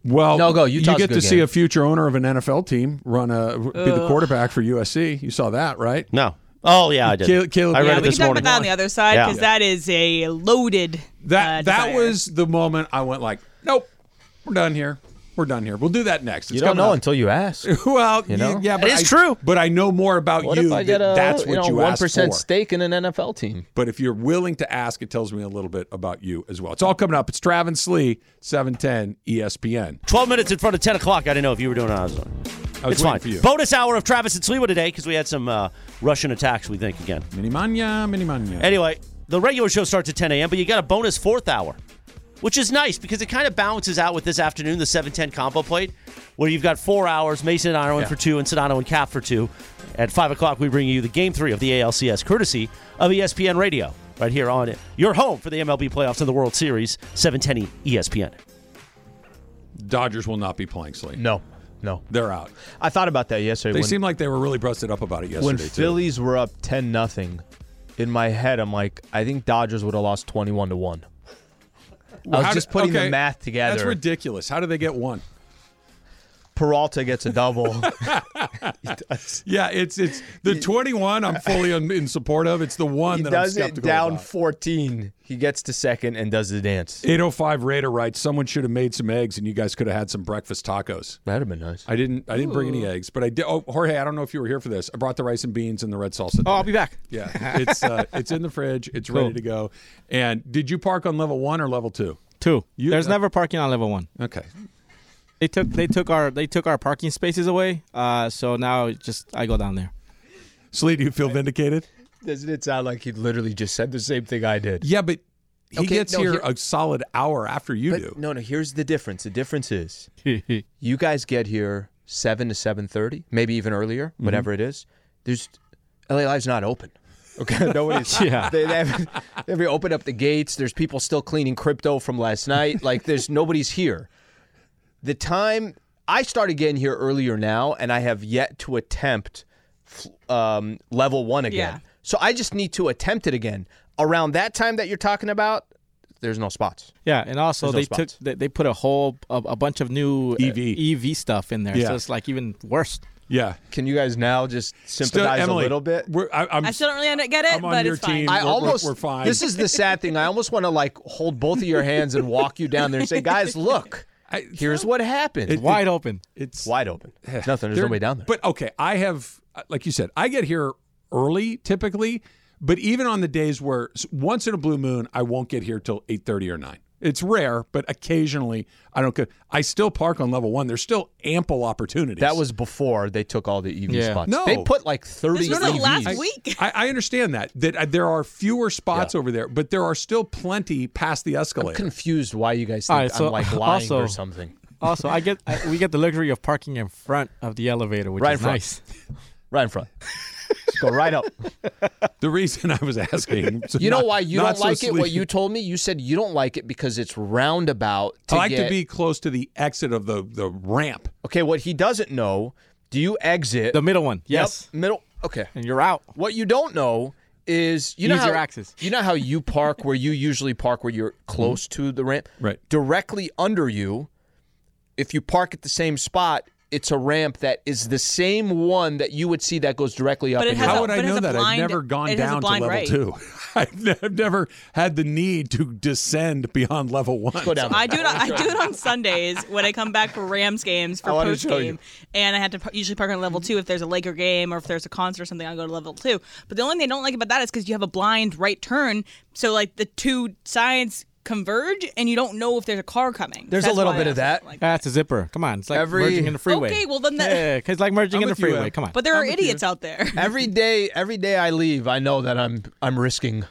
[SPEAKER 2] Well,
[SPEAKER 3] No, go.
[SPEAKER 2] You
[SPEAKER 3] Utah's
[SPEAKER 2] get
[SPEAKER 3] a
[SPEAKER 2] to
[SPEAKER 3] good
[SPEAKER 2] see
[SPEAKER 3] game.
[SPEAKER 2] a future owner of an NFL team run a be the quarterback for USC. You saw that, right?
[SPEAKER 1] No. Oh yeah, I did.
[SPEAKER 2] Caleb- Caleb
[SPEAKER 1] I read
[SPEAKER 4] yeah,
[SPEAKER 1] it
[SPEAKER 4] we can
[SPEAKER 1] this
[SPEAKER 4] talk
[SPEAKER 1] morning.
[SPEAKER 4] about that on the other side
[SPEAKER 1] Yeah.
[SPEAKER 4] because that is a loaded.
[SPEAKER 2] That
[SPEAKER 4] uh,
[SPEAKER 2] that
[SPEAKER 4] desire.
[SPEAKER 2] was the moment I went like, nope, we're done here. We're done here. We'll do that next. It's
[SPEAKER 3] You don't
[SPEAKER 2] coming
[SPEAKER 3] know
[SPEAKER 2] up.
[SPEAKER 3] until you ask.
[SPEAKER 2] Well, you
[SPEAKER 3] know?
[SPEAKER 2] yeah, but
[SPEAKER 1] is
[SPEAKER 2] I-
[SPEAKER 1] true.
[SPEAKER 2] But I know more about
[SPEAKER 3] What
[SPEAKER 2] you.
[SPEAKER 3] if I
[SPEAKER 2] that
[SPEAKER 3] get a
[SPEAKER 2] that's
[SPEAKER 3] you
[SPEAKER 2] what
[SPEAKER 3] know,
[SPEAKER 2] you,
[SPEAKER 3] one
[SPEAKER 2] asked
[SPEAKER 3] percent
[SPEAKER 2] for.
[SPEAKER 3] stake in an NFL team?
[SPEAKER 2] But if you're willing to ask, it tells me a little bit about you as well. It's all coming up. It's Travis Slee, 710 ESPN.
[SPEAKER 1] Twelve minutes in front of ten o'clock. I didn't know if you were doing it. I was on.
[SPEAKER 2] I was
[SPEAKER 1] It's
[SPEAKER 2] waiting
[SPEAKER 1] fine.
[SPEAKER 2] for you.
[SPEAKER 1] Bonus hour of Travis and Sliwa today because we had some uh, Russian attacks. We think again.
[SPEAKER 2] Minimanya, Minimanya.
[SPEAKER 1] Anyway, the regular show starts at 10 a.m., but you got a bonus fourth hour, which is nice because it kind of balances out with this afternoon, the 710 combo plate, where you've got four hours, Mason and Ireland for two, and Sedano and Cap for two. At 5 o'clock, we bring you the game three of the ALCS, courtesy of E ESPN Radio, right here on your home for the MLB playoffs and the World Series, E 710 ESPN.
[SPEAKER 2] Dodgers will not be playing Slee.
[SPEAKER 3] No, no.
[SPEAKER 2] They're out.
[SPEAKER 3] I thought about that yesterday.
[SPEAKER 2] They
[SPEAKER 3] when,
[SPEAKER 2] seem like they were really busted up about it yesterday,
[SPEAKER 3] when
[SPEAKER 2] too.
[SPEAKER 3] Phillies were up ten nothing, in my head I'm like, I think Dodgers would have lost twenty one to one. I was
[SPEAKER 2] How
[SPEAKER 3] just
[SPEAKER 2] did-
[SPEAKER 3] putting
[SPEAKER 2] okay,
[SPEAKER 3] the math together.
[SPEAKER 2] That's ridiculous. How do they get one?
[SPEAKER 3] Peralta gets a double.
[SPEAKER 2] Yeah, it's it's the 21 I'm fully in, in support of. It's the one
[SPEAKER 3] he
[SPEAKER 2] that
[SPEAKER 3] does
[SPEAKER 2] I'm
[SPEAKER 3] it
[SPEAKER 2] skeptical
[SPEAKER 3] down
[SPEAKER 2] about.
[SPEAKER 3] 14. He gets to second and does the dance.
[SPEAKER 2] 805 Raider writes, someone should have made some eggs and you guys could have had some breakfast tacos.
[SPEAKER 3] That'd have been nice.
[SPEAKER 2] I didn't I didn't bring any eggs, but I did oh Jorge, I don't know if you were here for this. I brought the rice and beans and the red salsa.
[SPEAKER 7] Oh, I'll
[SPEAKER 2] today.
[SPEAKER 7] be back.
[SPEAKER 2] Yeah. It's uh, it's in the fridge, it's ready to go. And did you park on level one or level two?
[SPEAKER 7] Two.
[SPEAKER 2] You-
[SPEAKER 7] There's
[SPEAKER 2] uh,
[SPEAKER 7] never parking on level one.
[SPEAKER 2] Okay.
[SPEAKER 7] They took they took our they took our parking spaces away. Uh, so now it just I go down there.
[SPEAKER 2] Slee, do you feel vindicated?
[SPEAKER 3] Doesn't it sound like he literally just said the same thing I did?
[SPEAKER 2] Yeah, but he
[SPEAKER 3] Okay,
[SPEAKER 2] gets
[SPEAKER 3] no,
[SPEAKER 2] here,
[SPEAKER 3] here-
[SPEAKER 2] a solid hour after you
[SPEAKER 3] But
[SPEAKER 2] do.
[SPEAKER 3] no, no. Here's the difference. The difference is you guys get here seven to seven thirty, maybe even earlier, whatever
[SPEAKER 2] Mm-hmm.
[SPEAKER 3] it is. There's LA Live's not open. Okay, nobody's.
[SPEAKER 7] Yeah.
[SPEAKER 3] They, they, haven't, they haven't opened up the gates. There's people still cleaning crypto from last night. Like there's nobody's here. The time I started getting here earlier now, and I have yet to attempt f- um, level one again.
[SPEAKER 4] Yeah.
[SPEAKER 3] So I just need to attempt it again around that time that you're talking about. There's no spots.
[SPEAKER 7] Yeah, and also
[SPEAKER 3] There's no
[SPEAKER 7] they
[SPEAKER 3] spots.
[SPEAKER 7] took they, they put a whole a, a bunch of new uh,
[SPEAKER 2] EV.
[SPEAKER 7] EV stuff in there.
[SPEAKER 2] E Yeah.
[SPEAKER 7] So it's like even worse.
[SPEAKER 2] Yeah.
[SPEAKER 3] Can you guys now just
[SPEAKER 2] Still,
[SPEAKER 3] sympathize
[SPEAKER 2] Emily,
[SPEAKER 3] a little bit?
[SPEAKER 2] We're, I, I'm,
[SPEAKER 4] I still don't really get it,
[SPEAKER 2] I'm on
[SPEAKER 4] but
[SPEAKER 2] your
[SPEAKER 4] it's fine.
[SPEAKER 2] team.
[SPEAKER 3] I
[SPEAKER 2] We're- we're-
[SPEAKER 3] almost
[SPEAKER 2] we're fine.
[SPEAKER 3] This is the sad thing. I almost want to like hold both of your hands and walk you down there and say, "Guys, look,
[SPEAKER 2] I-
[SPEAKER 3] here's what happened. It's
[SPEAKER 7] Wide open.
[SPEAKER 2] it's
[SPEAKER 3] wide open. Nothing. There's
[SPEAKER 2] They're-
[SPEAKER 3] nobody down there."
[SPEAKER 2] But okay, I have, like you said, I get here early typically, but even on the days where s- once in a blue moon, I won't get here till eight thirty or nine. It's rare, but occasionally I don't. ca- I still park on level one. There's still ample opportunities.
[SPEAKER 3] That was before they took all the EV
[SPEAKER 7] Yeah.
[SPEAKER 3] spots.
[SPEAKER 2] No.
[SPEAKER 3] They put like E 30
[SPEAKER 4] This was like
[SPEAKER 3] EVs.
[SPEAKER 4] last week.
[SPEAKER 2] I, I understand that that uh, there are fewer spots over there, but there are still plenty past the escalator.
[SPEAKER 3] confused why you guys think
[SPEAKER 7] All right, so
[SPEAKER 3] I'm like lying
[SPEAKER 7] also-
[SPEAKER 3] or something.
[SPEAKER 7] Also, I get I, we get the luxury of parking in front of the elevator, which
[SPEAKER 3] Right in
[SPEAKER 7] is
[SPEAKER 3] front.
[SPEAKER 7] nice.
[SPEAKER 3] Right in front. Just go right up.
[SPEAKER 2] the reason I was asking, so
[SPEAKER 3] You
[SPEAKER 2] not-
[SPEAKER 3] know why you
[SPEAKER 2] not
[SPEAKER 3] don't
[SPEAKER 2] so
[SPEAKER 3] like it? What
[SPEAKER 2] sleepy.
[SPEAKER 3] you told me? You said you don't like it because it's roundabout. To
[SPEAKER 2] I like
[SPEAKER 3] get-
[SPEAKER 2] to be close to the exit of the the ramp.
[SPEAKER 3] Okay, what he doesn't know, do you exit
[SPEAKER 7] The middle one,
[SPEAKER 3] Yep,
[SPEAKER 7] yes,
[SPEAKER 3] middle okay.
[SPEAKER 7] and you're out.
[SPEAKER 3] What you don't know is you know
[SPEAKER 7] Use
[SPEAKER 3] how,
[SPEAKER 7] your Mm-hmm. axis.
[SPEAKER 3] You know how you park where you usually park where you're close to the ramp?
[SPEAKER 2] Right.
[SPEAKER 3] Directly under you, if you park at the same spot, it's a ramp that is the same one that you would see that goes directly up
[SPEAKER 4] But it
[SPEAKER 3] and
[SPEAKER 4] has
[SPEAKER 2] How
[SPEAKER 3] down.
[SPEAKER 4] a-
[SPEAKER 2] would I
[SPEAKER 4] but it has
[SPEAKER 2] know
[SPEAKER 4] a
[SPEAKER 2] that?
[SPEAKER 4] blind-
[SPEAKER 2] I've never gone
[SPEAKER 4] it has a
[SPEAKER 2] down to
[SPEAKER 4] blind
[SPEAKER 2] level
[SPEAKER 4] right.
[SPEAKER 2] two. I've, ne- I've never had the need to descend beyond level one.
[SPEAKER 3] Go down.
[SPEAKER 4] I do it. On, I do it on Sundays when I come back for Rams games for
[SPEAKER 3] I wanna
[SPEAKER 4] post
[SPEAKER 3] show you.
[SPEAKER 4] game, and I have to par- usually park on level two if there's a Laker game or if there's a concert or something. I go to level two. But the only thing I don't like about that is because you have a blind right turn, so like the two sides converge, and you don't know if there's a car coming.
[SPEAKER 3] There's a
[SPEAKER 4] That's
[SPEAKER 3] little
[SPEAKER 4] why
[SPEAKER 3] bit
[SPEAKER 4] I
[SPEAKER 3] of
[SPEAKER 4] also don't
[SPEAKER 3] that.
[SPEAKER 4] like
[SPEAKER 7] That's a zipper. Come on, it's like
[SPEAKER 3] Every-
[SPEAKER 7] merging in the freeway.
[SPEAKER 4] Okay, well, then that-
[SPEAKER 7] yeah, because like merging
[SPEAKER 2] I'm
[SPEAKER 7] in the
[SPEAKER 2] with you,
[SPEAKER 7] freeway.
[SPEAKER 2] Al.
[SPEAKER 7] Come on,
[SPEAKER 4] But there are idiots out there.
[SPEAKER 3] Every day every day I leave, I know that I'm I'm risking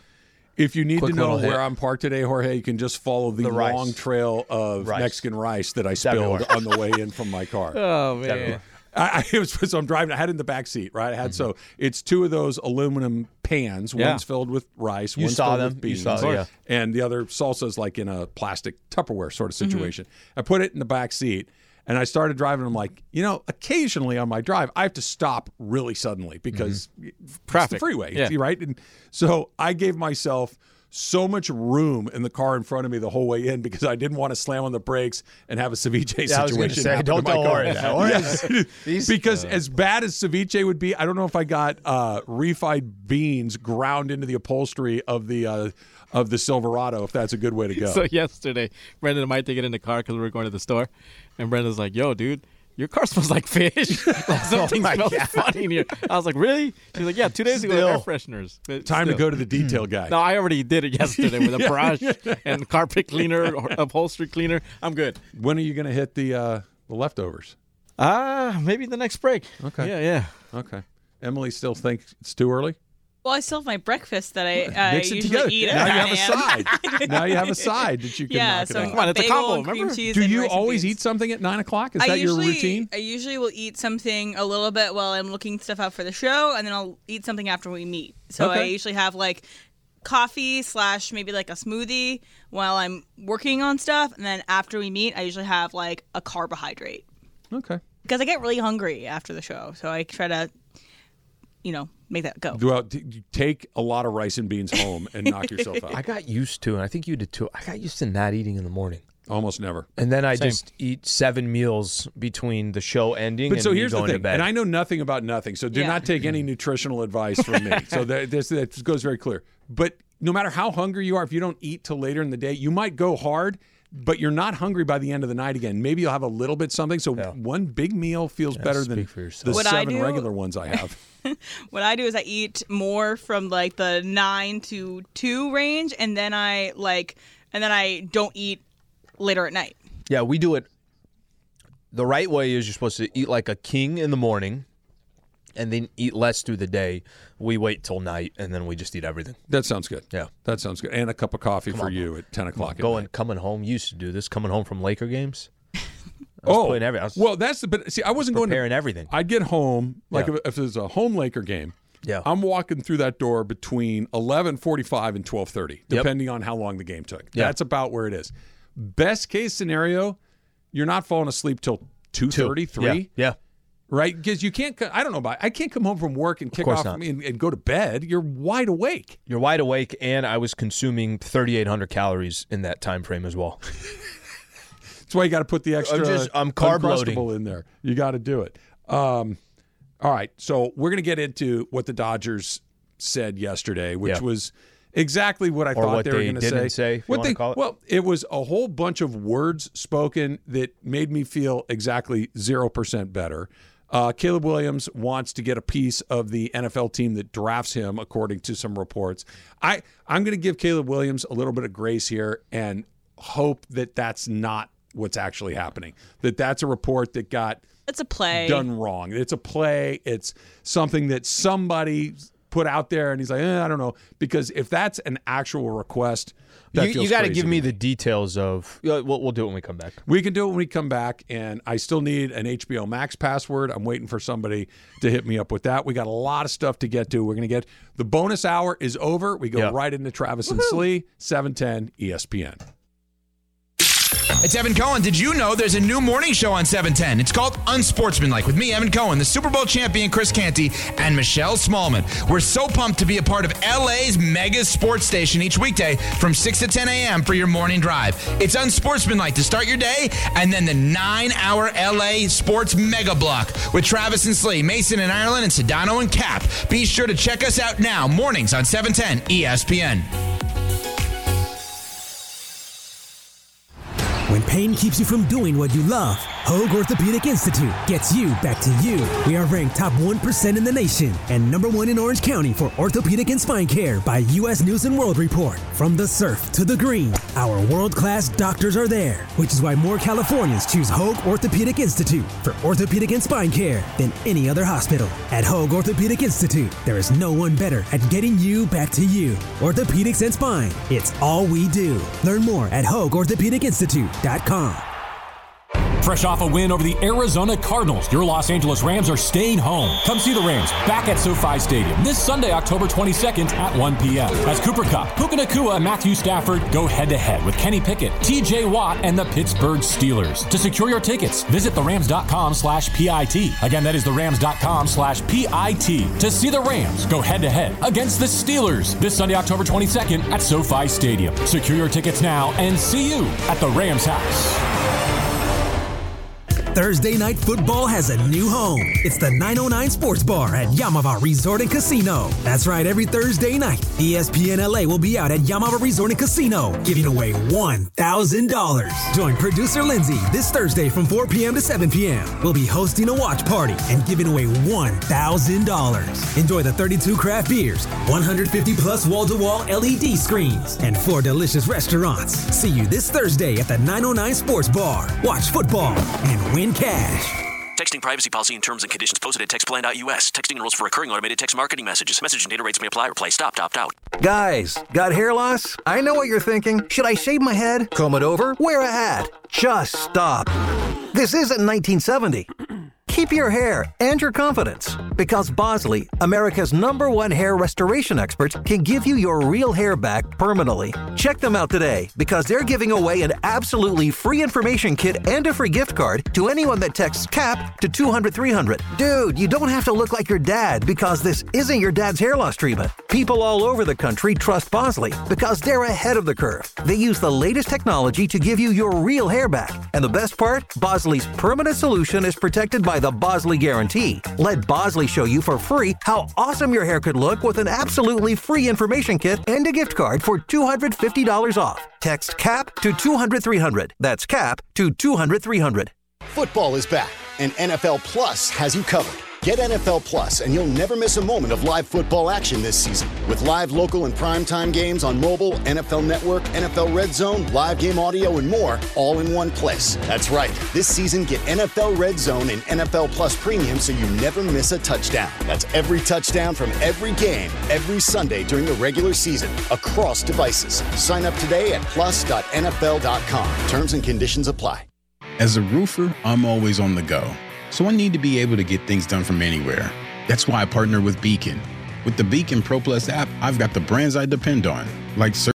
[SPEAKER 2] If you need
[SPEAKER 3] Quick
[SPEAKER 2] to know
[SPEAKER 3] little hit.
[SPEAKER 2] where I'm parked today, Jorge, you can just follow the,
[SPEAKER 3] The rice.
[SPEAKER 2] long trail of
[SPEAKER 3] Rice.
[SPEAKER 2] Mexican rice that I spilled
[SPEAKER 3] everywhere.
[SPEAKER 2] on the way in from my car.
[SPEAKER 7] oh man,
[SPEAKER 2] I, I it was so I'm driving. I had it in the back seat, right? I had
[SPEAKER 3] Mm-hmm.
[SPEAKER 2] so it's two of those aluminum pans.
[SPEAKER 7] Yeah.
[SPEAKER 2] One's filled with rice.
[SPEAKER 3] You
[SPEAKER 2] one's
[SPEAKER 3] saw
[SPEAKER 2] filled with
[SPEAKER 3] them. You
[SPEAKER 2] beans,
[SPEAKER 3] saw them, yeah.
[SPEAKER 2] And the other salsa's like in a plastic Tupperware sort
[SPEAKER 3] Mm-hmm.
[SPEAKER 2] of situation. I put it in the back seat. And I started driving. I'm like, you know, occasionally on my drive, I have to stop really suddenly because
[SPEAKER 3] Mm-hmm.
[SPEAKER 2] it's the
[SPEAKER 7] Traffic.
[SPEAKER 2] freeway,
[SPEAKER 7] Yeah.
[SPEAKER 2] right? And so I gave myself so much room in the car in front of me the whole way in because I didn't want to slam on the brakes and have a ceviche
[SPEAKER 3] Yeah, I was
[SPEAKER 2] situation.
[SPEAKER 3] gonna say,
[SPEAKER 2] happen to
[SPEAKER 3] don't-
[SPEAKER 2] my
[SPEAKER 3] don't
[SPEAKER 2] car.
[SPEAKER 3] worry now. Or
[SPEAKER 2] Yeah. because as bad as ceviche would be, I don't know if I got uh, refried beans ground into the upholstery of the uh, of the Silverado. If that's a good way to go.
[SPEAKER 7] So yesterday, Brendan and I had to get in the car because we were going to the store, and Brendan's like, "Yo, dude." Your car smells like fish. Like,
[SPEAKER 3] Oh
[SPEAKER 7] something smells funny in here. I was like, really? She's like, yeah, two days ago, air fresheners. But
[SPEAKER 2] Time to
[SPEAKER 7] still.
[SPEAKER 2] go to the detail guy.
[SPEAKER 7] No, I already did it yesterday with a brush and carpet cleaner, or upholstery cleaner. I'm good.
[SPEAKER 2] When are you going to hit the uh, the leftovers?
[SPEAKER 7] Ah, maybe the next break.
[SPEAKER 2] Okay.
[SPEAKER 7] Yeah, yeah.
[SPEAKER 2] Okay. Emily still thinks it's too early.
[SPEAKER 4] Well, I still have my breakfast that I, uh,
[SPEAKER 2] Mix it
[SPEAKER 4] usually
[SPEAKER 2] together.
[SPEAKER 4] eat. at
[SPEAKER 2] now you
[SPEAKER 4] 9
[SPEAKER 2] have a
[SPEAKER 4] a.m.
[SPEAKER 2] side. now you have a side that you can
[SPEAKER 4] Yeah,
[SPEAKER 2] knock
[SPEAKER 4] so
[SPEAKER 2] it out.
[SPEAKER 7] Come on, it's a
[SPEAKER 4] bagel
[SPEAKER 7] combo,
[SPEAKER 4] and cream
[SPEAKER 7] remember?
[SPEAKER 4] cheese
[SPEAKER 2] Do
[SPEAKER 4] and
[SPEAKER 2] you
[SPEAKER 4] rice and
[SPEAKER 2] always
[SPEAKER 4] beans.
[SPEAKER 2] eat something at nine o'clock? Is
[SPEAKER 4] I
[SPEAKER 2] that
[SPEAKER 4] usually,
[SPEAKER 2] your routine?
[SPEAKER 4] I usually will eat something a little bit while I'm looking stuff up for the show, and then I'll eat something after we meet. So I
[SPEAKER 2] Okay.
[SPEAKER 4] usually have like coffee slash maybe like a smoothie while I'm working on stuff, and then after we meet, I usually have like a carbohydrate
[SPEAKER 2] Okay.
[SPEAKER 4] because I get really hungry after the show, so I try to, you know, make that go.
[SPEAKER 2] Well, t- you take a lot of rice and beans home and knock yourself out.
[SPEAKER 3] I got used to, and I think you did too. I got used to not eating in the morning.
[SPEAKER 2] Almost never.
[SPEAKER 3] And then I just eat seven meals between the show ending
[SPEAKER 2] But
[SPEAKER 3] and
[SPEAKER 2] so
[SPEAKER 3] me
[SPEAKER 2] here's the
[SPEAKER 3] going to
[SPEAKER 2] thing,
[SPEAKER 3] bed.
[SPEAKER 2] and I know nothing about nothing, so do
[SPEAKER 4] Yeah.
[SPEAKER 2] not take any nutritional advice from me. So that, this, that goes very clear. But no matter how hungry you are, if you don't eat till later in the day, you might go hard, but you're not hungry by the end of the night again. Maybe you'll have a little bit something. So one big meal feels better than
[SPEAKER 3] speak for
[SPEAKER 2] the
[SPEAKER 3] yourself.
[SPEAKER 2] seven
[SPEAKER 4] What I do-
[SPEAKER 2] regular ones I have.
[SPEAKER 4] What I do is I eat more from like the nine to two range, and then I like, and then I don't eat later at night.
[SPEAKER 3] yeah, we do it. The right way is you're supposed to eat like a king in the morning, and then eat less through the day. We wait till night, and then we just eat everything.
[SPEAKER 2] that sounds good.
[SPEAKER 3] Yeah.
[SPEAKER 2] that sounds good. And a cup of coffee for you at ten o'clock. at
[SPEAKER 3] Going coming home, you used to do this. Coming home from Laker games,
[SPEAKER 2] oh,
[SPEAKER 3] putting every- I was
[SPEAKER 2] well, that's the. But see, I wasn't going to
[SPEAKER 3] preparing everything.
[SPEAKER 2] I'd get home like
[SPEAKER 3] Yeah.
[SPEAKER 2] if, if there's a home Laker game.
[SPEAKER 3] Yeah.
[SPEAKER 2] I'm walking through that door between 11:45 and 12:30, depending on how long the game took.
[SPEAKER 3] Yeah.
[SPEAKER 2] That's about where it is. Best case scenario, you're not falling asleep till 2:30, 3,
[SPEAKER 3] Yeah, yeah.
[SPEAKER 2] right? Because you can't. co- I don't know about. I can't come home from work and kick
[SPEAKER 3] course
[SPEAKER 2] off
[SPEAKER 3] not.
[SPEAKER 2] and, and go to bed. You're wide awake.
[SPEAKER 3] You're wide awake, and I was consuming 3,800 calories in that time frame as well.
[SPEAKER 2] That's why you got to put the extra.
[SPEAKER 3] just- I'm carb
[SPEAKER 2] Uncrustable
[SPEAKER 3] loading.
[SPEAKER 2] in there. You got to do it. Um, all right, so we're gonna get into what the Dodgers said yesterday, which
[SPEAKER 3] Yeah.
[SPEAKER 2] was exactly what I thought
[SPEAKER 3] what
[SPEAKER 2] they were
[SPEAKER 3] they
[SPEAKER 2] gonna
[SPEAKER 3] didn't say,
[SPEAKER 2] say.
[SPEAKER 3] if you wanna call it.
[SPEAKER 2] Well, it was a whole bunch of words spoken that made me feel exactly zero percent better. Uh, Caleb Williams wants to get a piece of the NFL team that drafts him, according to some reports. I I'm going to give Caleb Williams a little bit of grace here, and hope that that's not what's actually happening. That that's a report that got
[SPEAKER 4] It's a play.
[SPEAKER 2] done wrong. It's a play. It's something that somebody put out there, and he's like, eh, I don't know, because if that's an actual request, that
[SPEAKER 3] you
[SPEAKER 2] feels
[SPEAKER 3] you got to
[SPEAKER 2] crazy
[SPEAKER 3] give me the details of. Yeah, We'll, we'll do it when we come back.
[SPEAKER 2] we can do it when we come back, and I still need an HBO Max password. I'm waiting for somebody to hit me up with that. We got a lot of stuff to get to. We're going to get the bonus hour is over. We go
[SPEAKER 3] Yeah.
[SPEAKER 2] right into Travis and Slee, E 710 ESPN.
[SPEAKER 8] It's Evan Cohen. Did you know there's a new morning show on 710? It's called Unsportsmanlike with me, Evan Cohen, the Super Bowl champion Chris Canty, and Michelle Smallman. We're so pumped to be a part of LA's mega sports station each weekday from 6 to 10 a.m. for your morning drive. It's Unsportsmanlike to start your day, and then the nine hour LA sports mega block with Travis and Slee, Mason in Ireland, and Sedano and Cap. Be sure to check us out now, mornings on E 710 ESPN.
[SPEAKER 9] When pain keeps you from doing what you love, Hoag Orthopedic Institute gets you back to you. We are ranked top 1% in the nation and number one in Orange County for orthopedic and spine care by U.S. News and World Report. From the surf to the green, our world-class doctors are there, which is why more Californians choose Hoag Orthopedic Institute for orthopedic and spine care than any other hospital. At Hoag Orthopedic Institute, there is no one better at getting you back to you. Orthopedics and spine, it's all we do. Learn more at HoagOrthopedicInstitute.com.
[SPEAKER 10] Fresh off a win over the Arizona Cardinals, your Los Angeles Rams are staying home. Come see the Rams back at SoFi Stadium this Sunday, October 22nd at 1 p.m. As Cooper Cup, Puka Nakua, and Matthew Stafford go head to head with Kenny Pickett, TJ Watt, and the Pittsburgh Steelers. To secure your tickets, visit therams.com slash PIT. Again, that is therams.com slash PIT to see the Rams go head to head against the Steelers this Sunday, October 22nd at SoFi Stadium. Secure your tickets now and see you at the Rams house.
[SPEAKER 9] Thursday night football has a new home. It's the 909 Sports Bar at Yamava Resort and Casino. That's right, every Thursday night, E ESPN LA will be out at Yamava Resort and Casino, giving away $1,000. Join producer Lindsay this Thursday from 4 p.m. to 7 p.m. We'll be hosting a watch party and giving away $1,000. Enjoy the 32 craft beers, 150 plus wall to wall LED screens, and four delicious restaurants. See you this Thursday at the 909 Sports Bar. Watch football and win cash.
[SPEAKER 11] Texting privacy policy and terms and conditions posted at textplan.us. Texting rules for recurring automated text marketing messages. Message and data rates may apply. Reply stop to opt out.
[SPEAKER 12] Guys, got hair loss? I know what you're thinking. Should I shave my head, comb it over, wear a hat? Just stop. This isn't 1970. Keep your hair and your confidence because Bosley, America's number one hair restoration expert, can give you your real hair back permanently. Check them out today because they're giving away an absolutely free information kit and a free gift card to anyone that texts CAP to 200 300. Dude, you don't have to look like your dad because this isn't your dad's hair loss treatment. People all over the country trust Bosley because they're ahead of the curve. They use the latest technology to give you your real hair back. And the best part? Bosley's permanent solution is protected by the Bosley Guarantee. Let Bosley show you for free how awesome your hair could look with an absolutely free information kit and a gift card for $250 off. Text CAP to 200 300. That's CAP to 200 300.
[SPEAKER 13] Football is back, and NFL Plus has you covered. Get NFL Plus, and you'll never miss a moment of live football action this season. With live local and primetime games on mobile, NFL Network, NFL Red Zone, live game audio, and more, all in one place. That's right. This season, get NFL Red Zone and NFL Plus Premium so you never miss a touchdown. That's every touchdown from every game, every Sunday during the regular season, across devices. Sign up today at plus.nfl.com. Terms and conditions apply.
[SPEAKER 14] As a roofer, I'm always on the go, so I need to be able to get things done from anywhere. That's why I partner with Beacon. With the Beacon Pro Plus app, I've got the brands I depend on, like Sur-